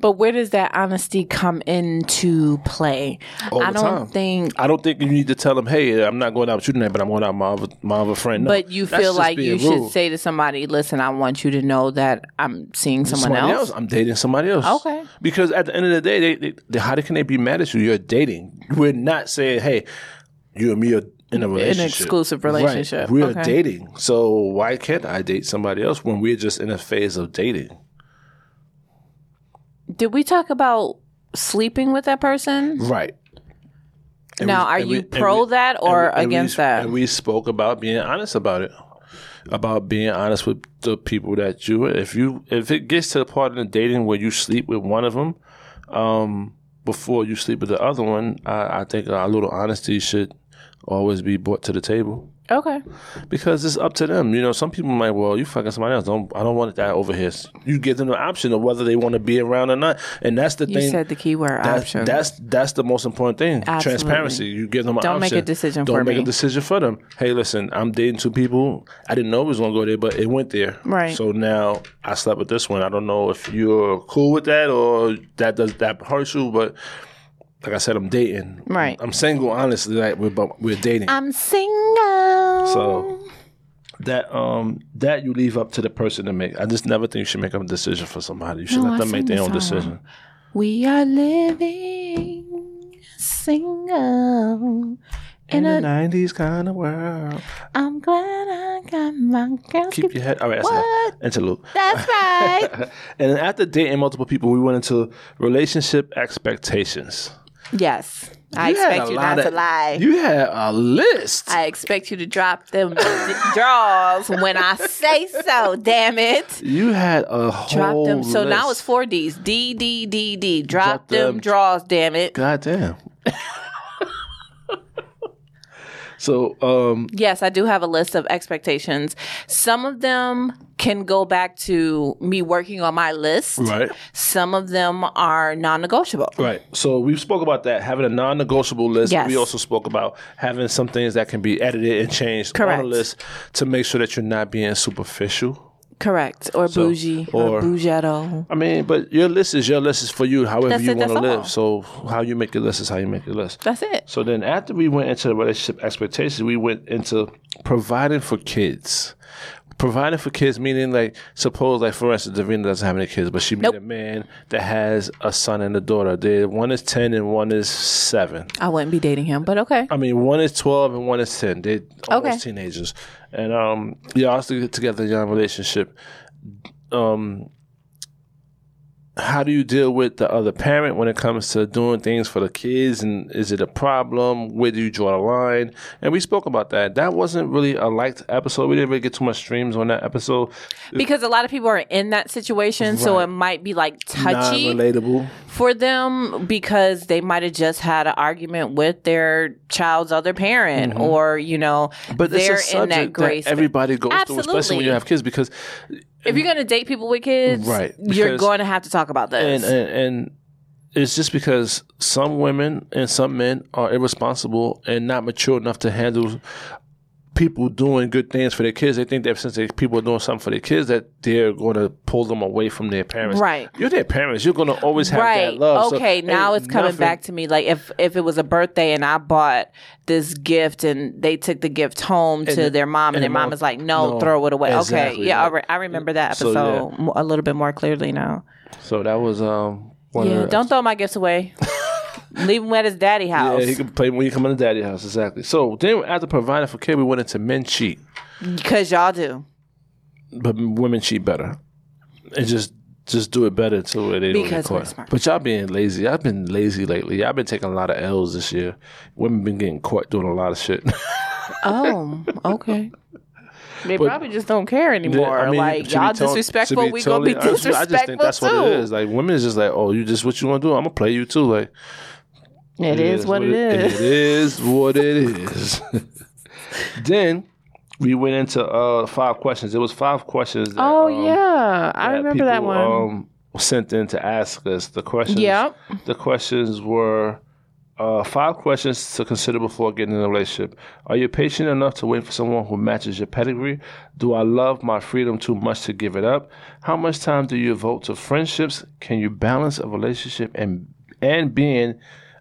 A: But where does that honesty come into play?
B: All
A: I
B: the
A: don't
B: time.
A: think.
B: I don't think you need to tell them, hey, I'm not going out with you tonight, but I'm going out with my other, my other friend. No,
A: But you
B: that's
A: feel
B: just
A: like
B: being
A: you should
B: rude.
A: say to somebody, "Listen, I want you to know that I'm seeing someone
B: somebody
A: else."
B: else. I'm dating somebody else.
A: Okay.
B: Because at the end of the day, they, they, they- how can they be mad at you? You're dating. We're not saying, hey, you and me are in a relationship.
A: exclusive
B: Right.
A: relationship.
B: We're
A: Okay.
B: dating. So why can't I date somebody else when we're just in a phase of dating?
A: Did we talk about sleeping with that person?
B: Right. And
A: now,
B: we-
A: are
B: and
A: you
B: we- and
A: pro
B: we-
A: that or
B: and we- and we-
A: against that?
B: And we spoke about being honest about it, about being honest with the people that you. If you if it gets to the part in the dating where you sleep with one of them, um, before you sleep with the other one, I, I think a little honesty should always be brought to the table
A: okay.
B: because it's up to them. You know, some people might, well, you fucking somebody else. Don't I don't want that over here. You give them the option of whether they want to be around or not, and that's the
A: You
B: thing.
A: said the key word
B: That's,
A: option.
B: that's that's the most important thing.
A: Absolutely.
B: Transparency. You give them an
A: Don't make
B: option.
A: a decision
B: Don't
A: for
B: make
A: me.
B: a decision for them. Hey, listen, I'm dating two people. I didn't know it was gonna go there, but it went there.
A: Right.
B: So now I slept with this one. I don't know if you're cool with that or that does that hurts you, but like I said, I'm dating.
A: Right.
B: I'm single, honestly. Like we're but we're dating.
A: I'm single.
B: so that um that you leave up to the person to make. I just never think you should make a decision for somebody. You should
A: No,
B: let
A: I
B: them make
A: sing
B: their
A: the
B: own
A: song.
B: decision.
A: we are living single.
B: In
A: And
B: the
A: I-
B: nineties kind of world.
A: I'm glad I got my girl.
B: Keep your head all right, that's
A: What?
B: enough. interlude.
A: That's right.
B: and then after dating multiple people, we went into relationship expectations.
A: yes. I
B: You had
A: expect
B: a
A: you
B: lot
A: not to
B: of-
A: lie.
B: You had a list.
A: I expect you to drop them d- draws when I say so. Damn it.
B: you had a whole
A: Drop them. So now it's
B: list.
A: four D's. D D D D. Drop,
B: Drop
A: them,
B: them.
A: draws. Damn it.
B: God damn. so um
A: Yes, I do have a list of expectations. Some of them can go back to me working on my list.
B: right.
A: Some of them are non-negotiable.
B: Right. So we spoke about that having a non-negotiable list.
A: Yes.
B: We also spoke about having some things that can be edited and changed on
A: Correct.
B: the list to make sure that you're not being superficial.
A: Correct. Or bougie. Or,
B: or-
A: bougetto.
B: I mean, but your list is your list is for you, however
A: That's
B: you
A: it,
B: want to
A: that's all.
B: live. So how you make your list is how you make your list.
A: That's it.
B: So then after we went into the relationship expectations, we went into providing for kids. Providing for kids meaning like suppose like for instance Davina doesn't have any kids, but she met
A: Nope.
B: a man that has a son and a daughter. They, one is ten and one is seven.
A: I wouldn't be dating him, but okay.
B: I mean, one is twelve and one is ten. They almost
A: Okay.
B: teenagers, and um, y'all still get together in your relationship. Um, how do you deal with the other parent when it comes to doing things for the kids, and is it a problem? Where do you draw the line? And we spoke about that. That wasn't really a liked episode. We didn't really get too much streams on that episode.
A: because a lot of people are in that situation, so
B: Right.
A: it might be like touchy.
B: Non-relatable.
A: for them because they might have just had an argument with their child's other parent or you know
B: Mm-hmm. But
A: they're
B: it's a
A: in that
B: subject
A: gray
B: that everybody goes through, especially
A: Absolutely.
B: when you have kids, because
A: if you're going to date people with kids
B: Right,
A: you're
B: because-
A: going to have to talk about this
B: and, and and it's just because some women and some men are irresponsible and not mature enough to handle people doing good things for their kids. They think that since they, people are doing something for their kids, that they're going to pull them away from their parents.
A: Right.
B: You're their parents. You're going to always have
A: right
B: that love. So
A: okay now
B: ain't
A: it's coming
B: nothing-
A: back to me like if if it was a birthday and i bought this gift and they took the gift home to
B: the-
A: their mom and,
B: and
A: their
B: the
A: mom
B: mom-
A: is like no,
B: no,
A: throw it away
B: exactly,
A: okay yeah I,
B: like-
A: re- I remember that
B: So,
A: episode
B: yeah.
A: mo- a little bit more clearly now
B: So that was um. One
A: yeah
B: of the-
A: don't throw my gifts away leave them at his daddy house
B: Yeah, he can play when you come in the daddy house. Exactly. So then after providing for kid, we went into men cheat.
A: Because y'all do.
B: but women cheat better and just just do it better too where they don't get
A: Because we're
B: caught.
A: smart.
B: But y'all being lazy. I've been lazy lately. I've been taking a lot of L's this year. Women been getting caught doing a lot of shit.
A: Oh, okay. They probably just don't care anymore.
B: I mean,
A: like
B: to be
A: y'all
B: tot-
A: disrespectful,
B: to
A: we
B: totally
A: gonna be
B: honest with you,
A: disrespectful
B: I just think that's
A: too.
B: what it is. Like women is just like, oh, you just what you want to do? I'm gonna play you too. Like
A: It is what it is.
B: It is what it is. then we went into uh, five questions. It was five questions. That,
A: Oh
B: um,
A: yeah, I remember that
B: people,
A: one.
B: Um, sent in to ask us the questions.
A: Yep.
B: The questions were uh, five questions to consider before getting in a relationship. Are you patient enough to wait for someone who matches your pedigree? Do I love my freedom too much to give it up? How much time do you devote to friendships? Can you balance a relationship and and being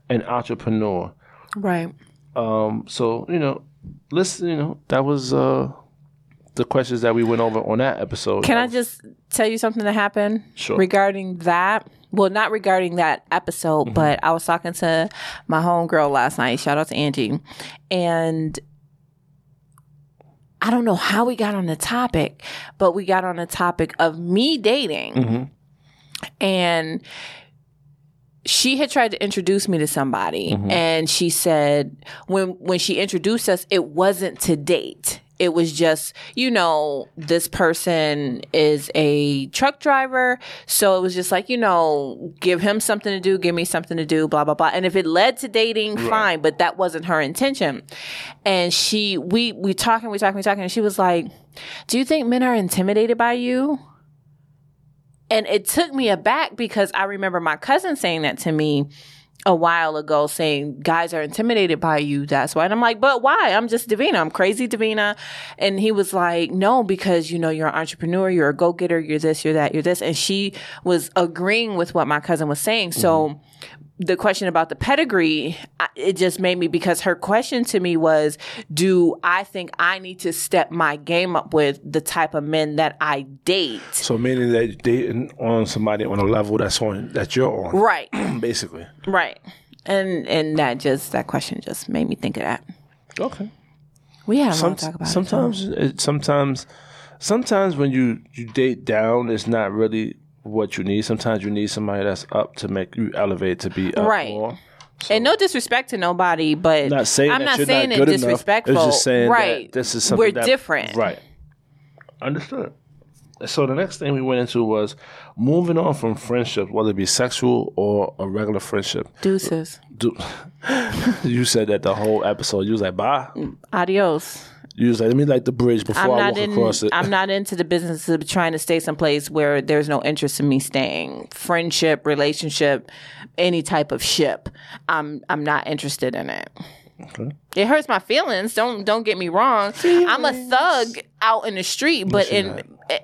B: an entrepreneur?
A: right.
B: Um, so you know, listen, you know, that was uh, the questions that we went over on that episode.
A: Can
B: That
A: I just tell you something that happened
B: Sure.
A: regarding that? Well, not regarding that episode, but I was talking to my homegirl last night. Shout out to Angie. And I don't know how we got on the topic, but we got on the topic of me dating.
B: Mhm.
A: And she had tried to introduce me to somebody and she said when when she introduced us it wasn't to date it was just you know this person is a truck driver so it was just like you know give him something to do give me something to do blah blah blah and if it led to dating fine but that wasn't her intention and she we we talking we talking we talking and she was like do you think men are intimidated by you and it took me aback because I remember my cousin saying that to me a while ago, saying guys are intimidated by you. That's why. And I'm like, but why? I'm just Davina. I'm crazy Davina. And he was like, no, because you know you're an entrepreneur, you're a go getter, you're this, you're that, you're this. And she was agreeing with what my cousin was saying. So the question about the pedigree, I- it just made me because her question to me was, do I think I need to step my game up with the type of men that I date?
B: So meaning that dating on somebody on a level that's on that you're on,
A: Right,
B: basically.
A: right. And and that just that question just made me think of that.
B: Okay.
A: We had a
B: Some,
A: lot to talk about. it,
B: sometimes, it, sometimes, sometimes when you you date down, it's not really what you need. Sometimes you need somebody that's up to make you elevate to be up
A: Right.
B: more.
A: so. and no disrespect to nobody, but
B: Not saying
A: I'm
B: that
A: not
B: you're
A: saying
B: not
A: it
B: good enough.
A: disrespectful.
B: It's just saying that
A: right.
B: this is something
A: we're
B: that-
A: different.
B: Right. Understood. So the next thing we went into was moving on from friendship, whether it be sexual or a regular friendship.
A: Deuces.
B: Do- you said that the whole episode. You was like, bye.
A: Adios.
B: You was like, let me like the bridge before
A: I'm
B: I
A: not
B: walk
A: in.
B: across it.
A: I'm not into the business of trying to stay someplace where there's no interest in me staying. Friendship, relationship, any type of ship. I'm I'm not interested in it. It hurts my feelings. Don't don't get me wrong. I'm a thug out in the street, but in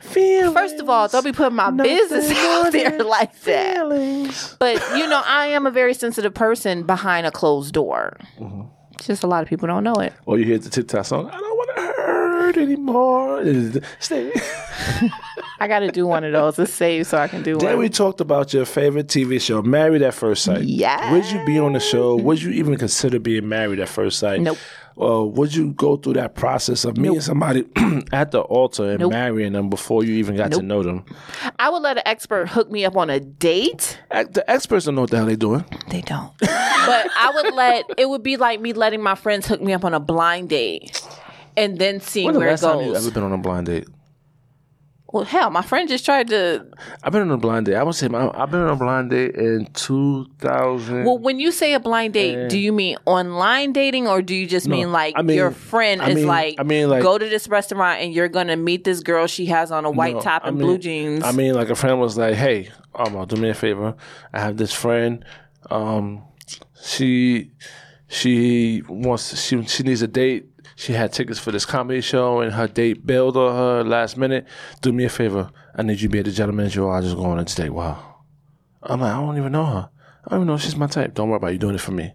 B: Feelings,
A: first of all, don't be putting my business out there like that.
B: feelings.
A: But you know, I am a very sensitive person behind a closed door.
B: Mm-hmm.
A: It's Just a lot of people don't know it.
B: Or you hear the TikTok song, I don't want to hurt anymore. Stay.
A: I got to do one of those to save so I can do
B: Then
A: one.
B: we talked about your favorite TV show, Married at First Sight.
A: Yes.
B: Would you be on the show? Would you even consider being married at first sight?
A: Nope.
B: Uh, would you go through that process of meeting somebody at the altar and marrying them before you even got to know them?
A: I would let an expert hook me up on a date.
B: Ac- The experts don't know what the hell they're doing.
A: They don't. but I would let it would be like me letting my friends hook me up on a blind date and then seeing
B: When's the
A: where it
B: last time you
A: goes.
B: ever been on a blind date?
A: well, hell, my friend just tried to
B: I've been on a blind date. I would say my, I've been on a blind date in 2000.
A: Well, when you say a blind date, do you mean online dating or do you just mean like
B: I mean-
A: your friend
B: I
A: is
B: mean-
A: like,
B: I mean, like-
A: go to this restaurant and you're going to meet this girl she has on a white
B: No,
A: top
B: Oh, I
A: and
B: mean-
A: blue jeans?
B: I mean, like a friend was like, "Hey, Alma, do me a favor. I have this friend. Um, she she wants she she needs a date. She had tickets for this comedy show, and her date bailed on her last minute. Do me a favor. I need you to be the gentleman that you are. I just go on a date. Wow. I'm like, I don't even know her. I don't even know if she's my type. Don't worry about it. You're doing it for me.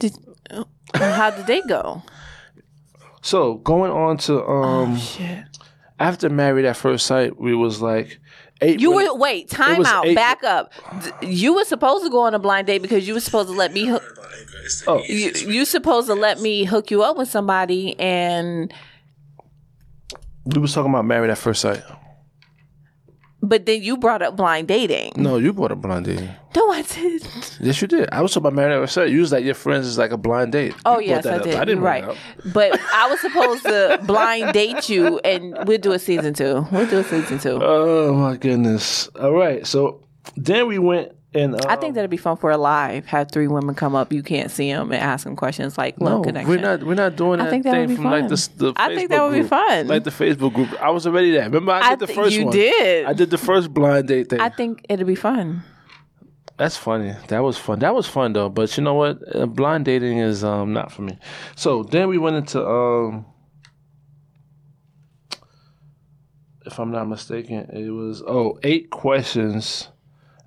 A: Did, oh, how did they go?
B: So going on to um
A: Shit.
B: after married at first sight, we was like eight.
A: You
B: women-
A: were, wait, time
B: was
A: out,
B: eight-
A: back up. D- You were supposed to go on a blind date because you were supposed to let me, hook,
B: oh
A: you, you supposed to let me hook you up with somebody and,
B: we was talking about married at first sight.
A: but then you brought up blind dating.
B: No, you bought a blind date.
A: No, I didn't.
B: Yes, you did. I was talking about married at first sight. You was like your friends is like a blind date.
A: Oh
B: You
A: yes,
B: brought that
A: I
B: up.
A: did.
B: I didn't
A: You're right,
B: bring it up.
A: but I was supposed to blind date you, and we'll do a season two. We'll do a season two.
B: Oh my goodness. All right. So then we went and uh,
A: I think that'd be fun for a live. Have three women come up, you can't see them, and ask them questions like love
B: no,
A: connection.
B: oh, we're not we're not doing that
A: think that
B: thing
A: would be
B: from like the,
A: fun.
B: the
A: I think that
B: Facebook
A: would be
B: group.
A: fun.
B: Like the Facebook group. I was already there. Remember I did
A: I
B: the
A: thi-
B: first
A: you
B: one.
A: did.
B: I did the first blind date thing.
A: I think it'd be fun.
B: That's funny. That was fun. That was fun though. But you know what? Uh, blind dating is um not for me. So then we went into um, if I'm not mistaken, it was oh eight questions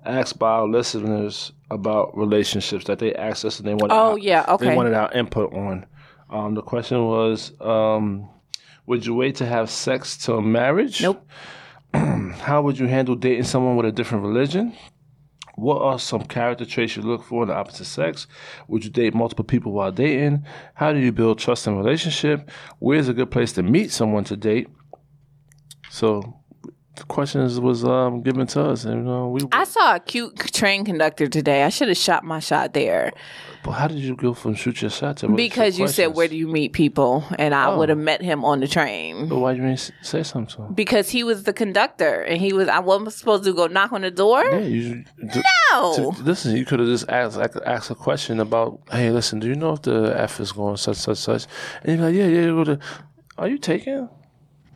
B: asked by our listeners about relationships that they asked us and they wanted.
A: Oh,
B: our-
A: yeah, okay.
B: They wanted our input on. Um, the question was um, would you wait to have sex till marriage?
A: Nope.
B: How would you handle dating someone with a different religion? What are some character traits you look for in the opposite sex? Would you date multiple people while dating? How do you build trust in a relationship? Where's a good place to meet someone to date? So the questions was um, given to us, and uh, we.
A: I saw a cute train conductor today. I should have shot my shot there
B: But how did you go from shoot your shot to
A: because you said, "Where do you meet people?" And I
B: Oh.
A: would have met him on the train.
B: But why you didn't s- say something? to him?
A: because he was the conductor and he was I wasn't supposed to go knock on the door.
B: Yeah, you. d-
A: No.
B: t- listen, you could have just asked like, asked a question about, hey, listen, do you know if the F is going such such such? And you're like, yeah, yeah, you go to, are you taken?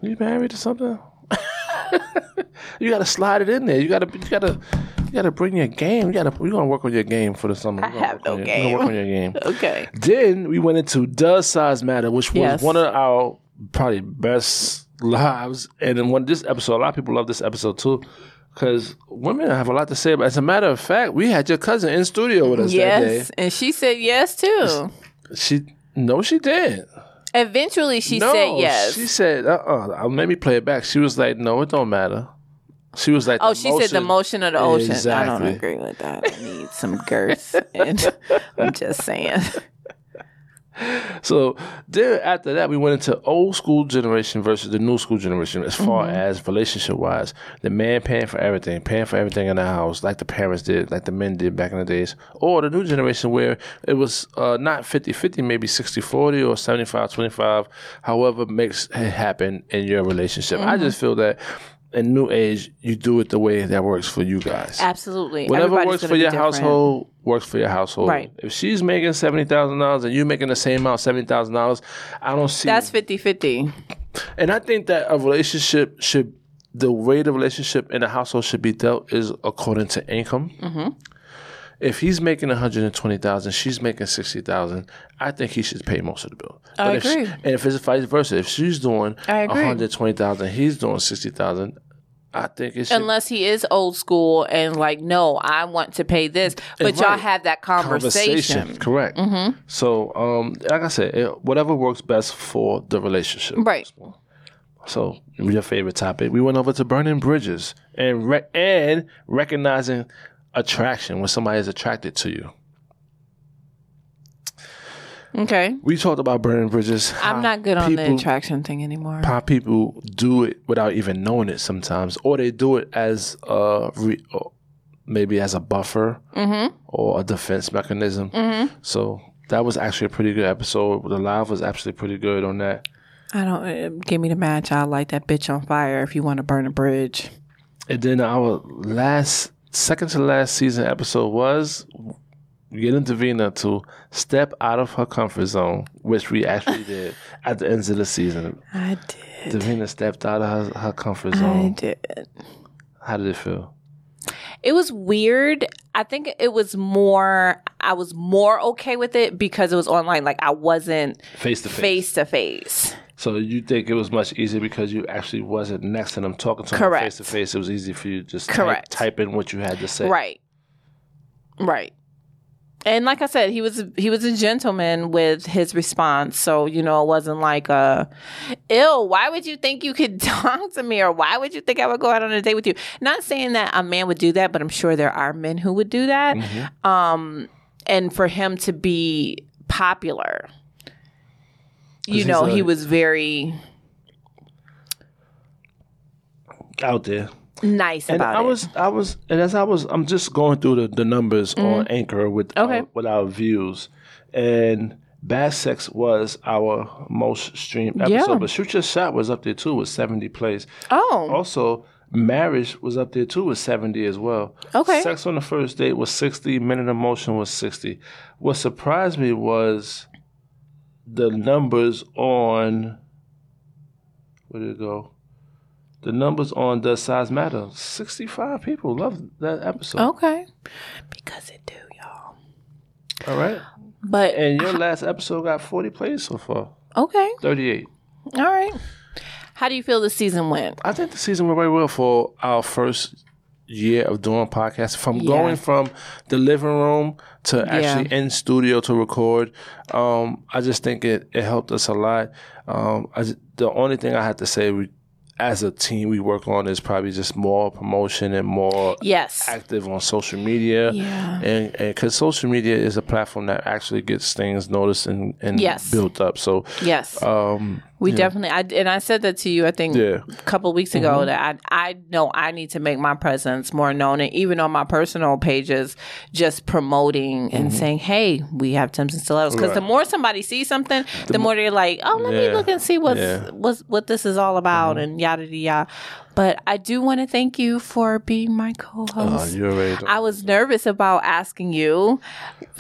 B: you married or something? you got to slide it in there. You got to you got to you got to bring your game. You got to we're gonna work on your game for the summer. I
A: have no
B: We're
A: game.
B: gonna work on your game.
A: Okay.
B: Then we went into Does Size Matter, which was
A: Yes.
B: one of our probably best lives. And then one this episode, a lot of people love this episode too. Because women have a lot to say. But as a matter of fact, we had your cousin in studio with us
A: Yes. And she said yes too.
B: that day. She no, she did.
A: Eventually she
B: no,
A: said yes.
B: She said, uh uh Let me play it back. She was like, No, it don't matter. She was like,
A: Oh, she said the motion of the ocean. I
B: Exactly.
A: don't agree with that. I need some girth. And I'm just saying.
B: So then after that, we went into old school generation versus the new school generation as far as relationship wise. The man paying for everything, paying for everything in the house, like the parents did, like the men did back in the days. Or the new generation where it was uh, not 50 50, maybe 60 40 or 75 25, however makes it happen in your relationship. I just feel that in new age, you do it the way that works for you guys.
A: Absolutely.
B: Whatever
A: Everybody's
B: works
A: gonna
B: for
A: be
B: your
A: different.
B: household works for your household.
A: Right.
B: If she's making seventy thousand dollars and you're making the same amount, seventy thousand dollars, I don't see.
A: That's 50-50.
B: and I think that a relationship should, the way the relationship in a household should be dealt is according to income.
A: Mm-hmm.
B: If he's making one hundred and twenty thousand, she's making sixty thousand. I think he should pay most of the bill.
A: I
B: if she-
A: agree.
B: and if it's vice versa, if she's doing
A: I
B: one
A: agree.
B: hundred twenty thousand, he's doing sixty thousand. I think it should
A: Unless he is old school and like, no, I want to pay this. But y'all
B: Right.
A: have that conversation. Mm-hmm.
B: Correct. So, um, like I said, it, whatever works best for the relationship.
A: Right.
B: So, your favorite topic. We went over to burning bridges and re- and recognizing attraction when somebody is attracted to you.
A: Okay.
B: We talked about burning bridges. how
A: I'm not good on the
B: people-
A: attraction thing anymore.
B: How people do it without even knowing it sometimes, or they do it as a re- or maybe as a buffer
A: Mm-hmm.
B: or a defense mechanism. So that was actually a pretty good episode. The live was actually pretty good on that.
A: I don't uh, give me the match. I'll light that bitch on fire if you want to burn a bridge.
B: And then our last, second to last season episode was getting Davina to step out of her comfort zone, which we actually did at the end of the season.
A: I did.
B: Davina stepped out of her, her comfort
A: I
B: zone.
A: did.
B: How did it feel?
A: It was weird. I think it was more. I was more okay with it because it was online. Like I wasn't
B: Face to
A: face to face.
B: So you think it was much easier because you actually wasn't next to them talking to them
A: Correct.
B: face to face. It was easy for you to just
A: Correct.
B: Type, type in what you had to say.
A: Right. Right. And like I said, he was he was a gentleman with his response. So, you know, it wasn't like a ill, why would you think you could talk to me or why would you think I would go out on a date with you? Not saying that a man would do that, but I'm sure there are men who would do that.
B: Mm-hmm.
A: Um and for him to be popular. You
B: he's
A: know,
B: a-
A: he was very
B: Out there.
A: nice
B: And
A: about
B: I
A: it.
B: was, I was, and as I was, I'm just going through the, the numbers on Anchor with
A: Mm-hmm. Okay.
B: our, with our views, and Bad Sex was our most streamed episode,
A: Yeah.
B: but Shoot Your Shot was up there too with 70 plays.
A: oh,
B: Also, Marriage was up there too with 70 as well.
A: Okay.
B: Sex on the First Date was 60, Men in Emotion was 60. What surprised me was the numbers on. Where did it go? The numbers on Does Size Matter? 65 people loved that episode.
A: okay. Because it do, y'all.
B: All right.
A: But
B: And your last episode got 40 plays so far,
A: okay.
B: 38.
A: All right. How do you feel the season went?
B: I think the season went very well for our first year of doing podcasts. From going from the living room to actually in studio to record, um, I just think it, it helped us a lot. Um, I, ju- the only thing I have to say, we, as a team, we work on is probably just more promotion and more
A: Yes.
B: active on social media.
A: Yeah.
B: And because social media is a platform that actually gets things noticed and, and
A: Yes.
B: built up. So
A: Yes.
B: um,
A: We definitely, I, and I said that to you, I think,
B: Yeah. Mm-hmm.
A: a couple weeks ago that I, I know I need to make my presence more known. And even on my personal pages, just promoting and saying, hey, we have Tim's and Stilettos. Because the
B: Mm-hmm. Right.
A: more somebody sees something, the, more they're like, oh, let
B: Yeah.
A: me look and see what's,
B: Yeah. Mm-hmm.
A: what's, what this is all about and yada, yada, yada. But I do want to thank you for being my co
B: Uh,
A: host.
B: you already.
A: I was nervous about asking you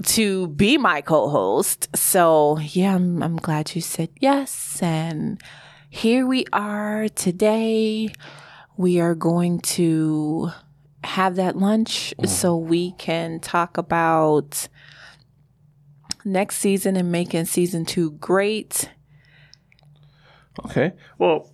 A: to be my co-host. So yeah, I'm, I'm glad you said yes. And here we are today. We are going to have that lunch so we can talk about next season and making season two great.
B: Okay. Well,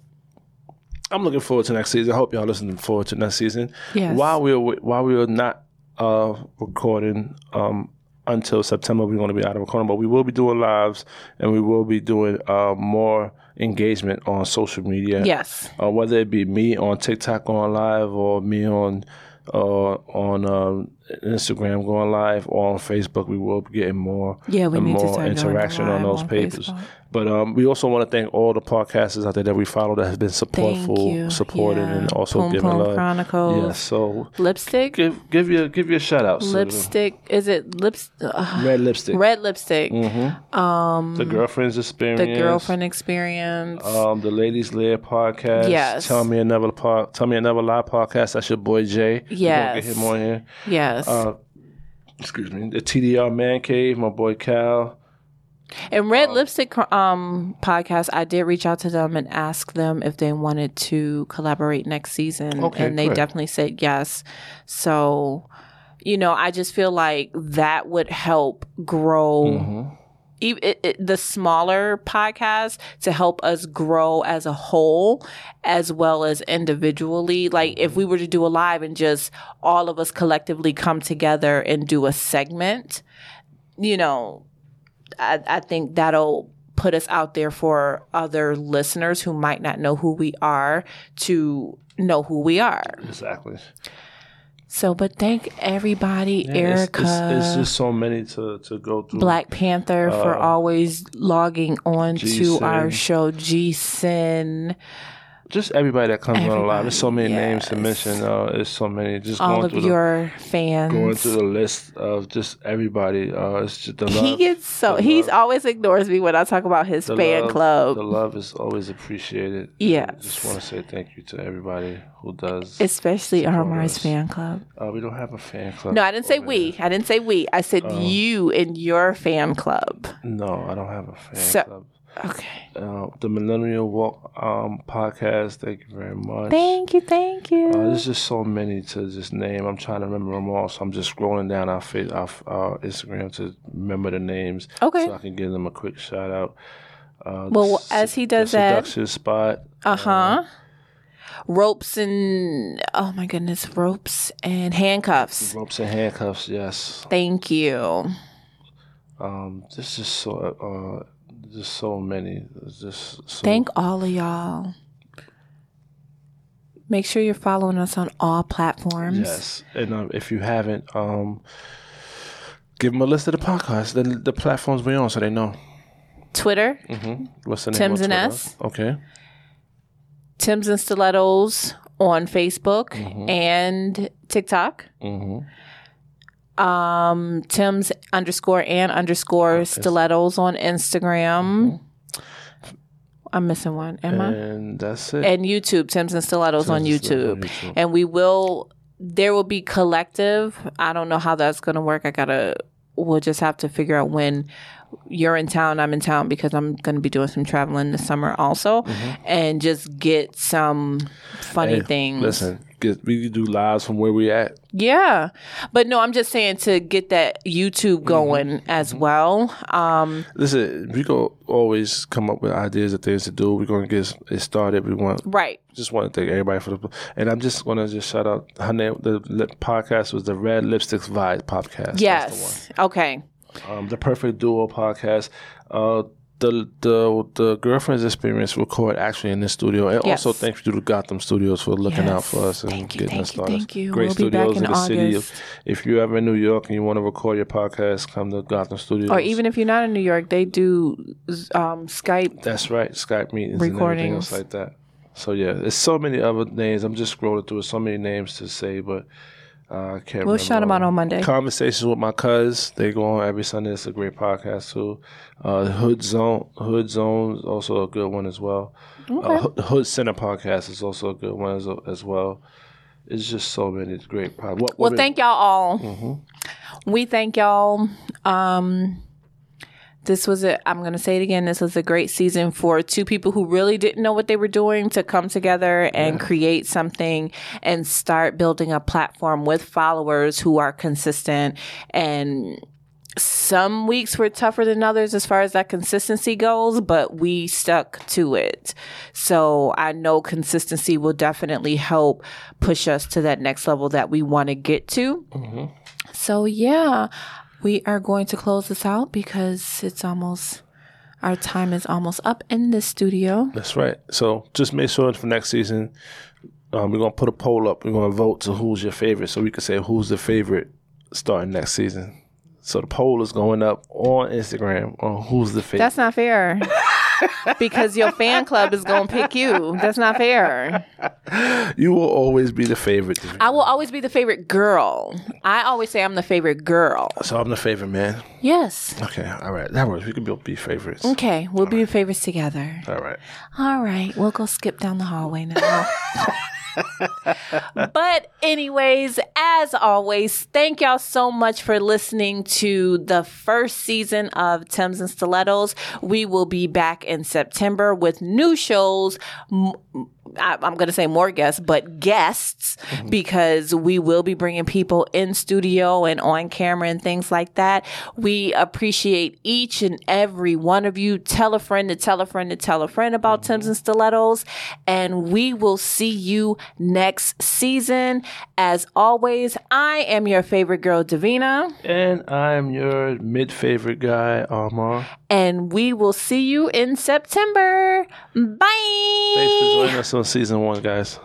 B: I'm looking forward to next season. I hope y'all listening forward to next season.
A: Yes.
B: While we were while we were not uh, recording um, until September, we're going to be out of recording, but we will be doing lives and we will be doing uh, more engagement on social media.
A: Yes.
B: Uh, whether it be me on TikTok going live or me on uh, on uh, Instagram going live or on Facebook, we will be getting more
A: Yeah, we
B: and
A: need to
B: more
A: start going
B: interaction on
A: live
B: those
A: on
B: papers.
A: Facebook.
B: But um, we also want to thank all the podcasters out there that we follow that have been supportful,
A: you.
B: supported,
A: Yeah.
B: and also
A: Poom
B: giving
A: Poom
B: love.
A: Chronicles.
B: Yeah, so
A: Lipstick.
B: give give your give your shout outs.
A: Lipstick. Is it lips? ugh,
B: red lipstick,
A: red lipstick.
B: the girlfriend's experience,
A: The girlfriend experience.
B: Um, the Ladies Lair podcast.
A: Yes.
B: Tell me another po- Tell me another lie podcast. That's your boy Jay. We're gonna
A: Yes.
B: Get him on here.
A: yes.
B: Uh, Excuse me. The TDR Man Cave. My boy Cal.
A: And
B: uh,
A: Red Lipstick Cr- um, podcast, I did reach out to them and ask them if they wanted to collaborate next season,
B: Okay,
A: and they
B: great.
A: definitely said yes. So, you know, I just feel like that would help grow.
B: Mm-hmm.
A: e- it- it- the smaller podcast to help us grow as a whole as well as individually like if we were to do a live and just all of us collectively come together and do a segment you know i, I think that'll put us out there for other listeners who might not know who we are to know who we are
B: Exactly.
A: so but thank everybody
B: It's-
A: erica
B: It's, it's just Uh, so many to, to go through.
A: Black Panther for always logging on
B: G-Sin.
A: to our show. G Sin,
B: Just everybody that comes on live. There's so many names to
A: yes.
B: mention. Uh, there's so many. Just
A: all
B: going
A: of
B: through
A: your
B: the, going
A: fans.
B: through the list of just everybody. Uh, it's just the
A: He
B: love.
A: gets so he's always ignores me when I talk about his
B: the
A: fan
B: love-
A: club.
B: The love is always appreciated.
A: Yes.
B: I just want to say thank you to everybody who does.
A: Especially Armar's
B: us.
A: fan club.
B: Uh, we don't have a fan club.
A: No, I didn't say we. I didn't say we. I said
B: Oh.
A: you and your fan club.
B: No, I don't have a fan
A: So-
B: club.
A: Okay.
B: Uh, the Millennial Walk um, podcast. Thank you very much.
A: Thank you. Thank you.
B: Uh, there's just so many to just name. I'm trying to remember them all, so I'm just scrolling down our face, our uh, Instagram to remember the names,
A: Okay.
B: so I can give them a quick shout out. Uh,
A: Well,
B: the
A: as
B: se-
A: he does
B: the
A: that-
B: seduction spot.
A: Uh huh. Ropes and oh my goodness, ropes and handcuffs.
B: Ropes and handcuffs. Yes.
A: Thank you.
B: Um, this is so. Uh, just so many. There's Just so,
A: Thank all of y'all. Make sure you're following us on all platforms.
B: Yes, and um, if you haven't, um, give them a list of the podcasts, the, the platforms we're on, so they know.
A: Twitter,
B: Mm-hmm. What's the name?
A: Mm-hmm. Tim's
B: on
A: and
B: Twitter?
A: Us.
B: Okay.
A: Tim's and Stilettos on Facebook
B: Mm-hmm.
A: and TikTok. Um, Tim's underscore and underscore Stilettos on Instagram. I'm missing one, am I?
B: Mm-hmm. And that's it.
A: and YouTube, Tim's and Stilettos on
B: and Stilettos on
A: YouTube.
B: YouTube.
A: And we will there will be collective. I don't know how that's gonna work. I gotta we'll just have to figure out when you're in town, I'm in town because I'm gonna be doing some traveling this summer also
B: Mm-hmm.
A: and just get some funny things.
B: Listen, get, we can do lives from where we at.
A: Yeah. But no, I'm just saying to get that
B: Mm-hmm.
A: YouTube going as well. Um
B: Listen, we can always come up with ideas of things to do. We're gonna get it started. We want
A: right.
B: just want to thank everybody for the and I'm just gonna just shout out her name. The lip podcast was the Red Lipsticks Vibe podcast. That's the one.
A: Yes. Okay.
B: um, the Perfect Duo podcast, uh, the the the girlfriend's experience record actually in this studio. And
A: Yes.
B: also thank you to Gotham Studios for looking out
A: Yes.
B: for us and
A: Thank you,
B: getting
A: thank
B: us
A: you,
B: started.
A: thank you.
B: Great
A: We'll be
B: studios
A: back in
B: in, the city. If,
A: August.
B: if you're ever in New York and you want to record your podcast, come to Gotham Studios.
A: Or even if you're not in New York, they do um, Skype.
B: that's right, Skype meetings and everything
A: Recordings.
B: else like that. So yeah, there's so many other names. I'm just scrolling through so many names to say, but uh, I can't.
A: We'll
B: remember
A: shout them
B: all
A: out on Monday.
B: Conversations with my cuz. They go on every Sunday. It's a great podcast too. Uh, Hood Zone, Hood Zone's also a good one as well. Uh, Hood- Hood Center podcast is also a good one as, as well. It's just so many great podcasts. What,
A: Well,
B: women-
A: thank y'all all. We thank y'all. Um, this was a, I'm going to say it again. This was a great season for two people who really didn't know what they were doing to come together and create something and start building a platform with followers who are consistent. And some weeks were tougher than others as far as that consistency goes, but we stuck to it. So I know consistency will definitely help push us to that next level that we want to get to. So, yeah, we are going to close this out because it's almost, our time is almost up in this studio.
B: That's right. So just make sure for next season, um, we're gonna put a poll up. We're gonna vote to who's your favorite, so we can say who's the favorite starting next season. So the poll is going up on Instagram on who's the favorite.
A: That's not fair. because your fan club is going to pick you. That's not fair.
B: you will always be the favorite.
A: I will always be the favorite girl. I always say I'm the favorite girl.
B: so I'm the favorite man.
A: Yes.
B: Okay, all right, that works. We can both be favorites.
A: Okay, we'll be favorites together.
B: All right.
A: All right, we'll go skip down the hallway now. but, anyways, as always, thank y'all so much for listening to the first season of Thames and Stilettos. We will be back in September with new shows. M- I, am going to say more guests, but guests, because we will be bringing people in studio and on camera and things like that. We appreciate each and every one of you. Tell a friend to tell a friend to tell a friend about Tims and Stilettos. And we will see you next season. As always, I am your favorite girl, Davina,
B: And I'm your mid favorite guy, Armar.
A: and we will see you in September. Bye. Eh.
B: Thanks for joining us on season one, guys.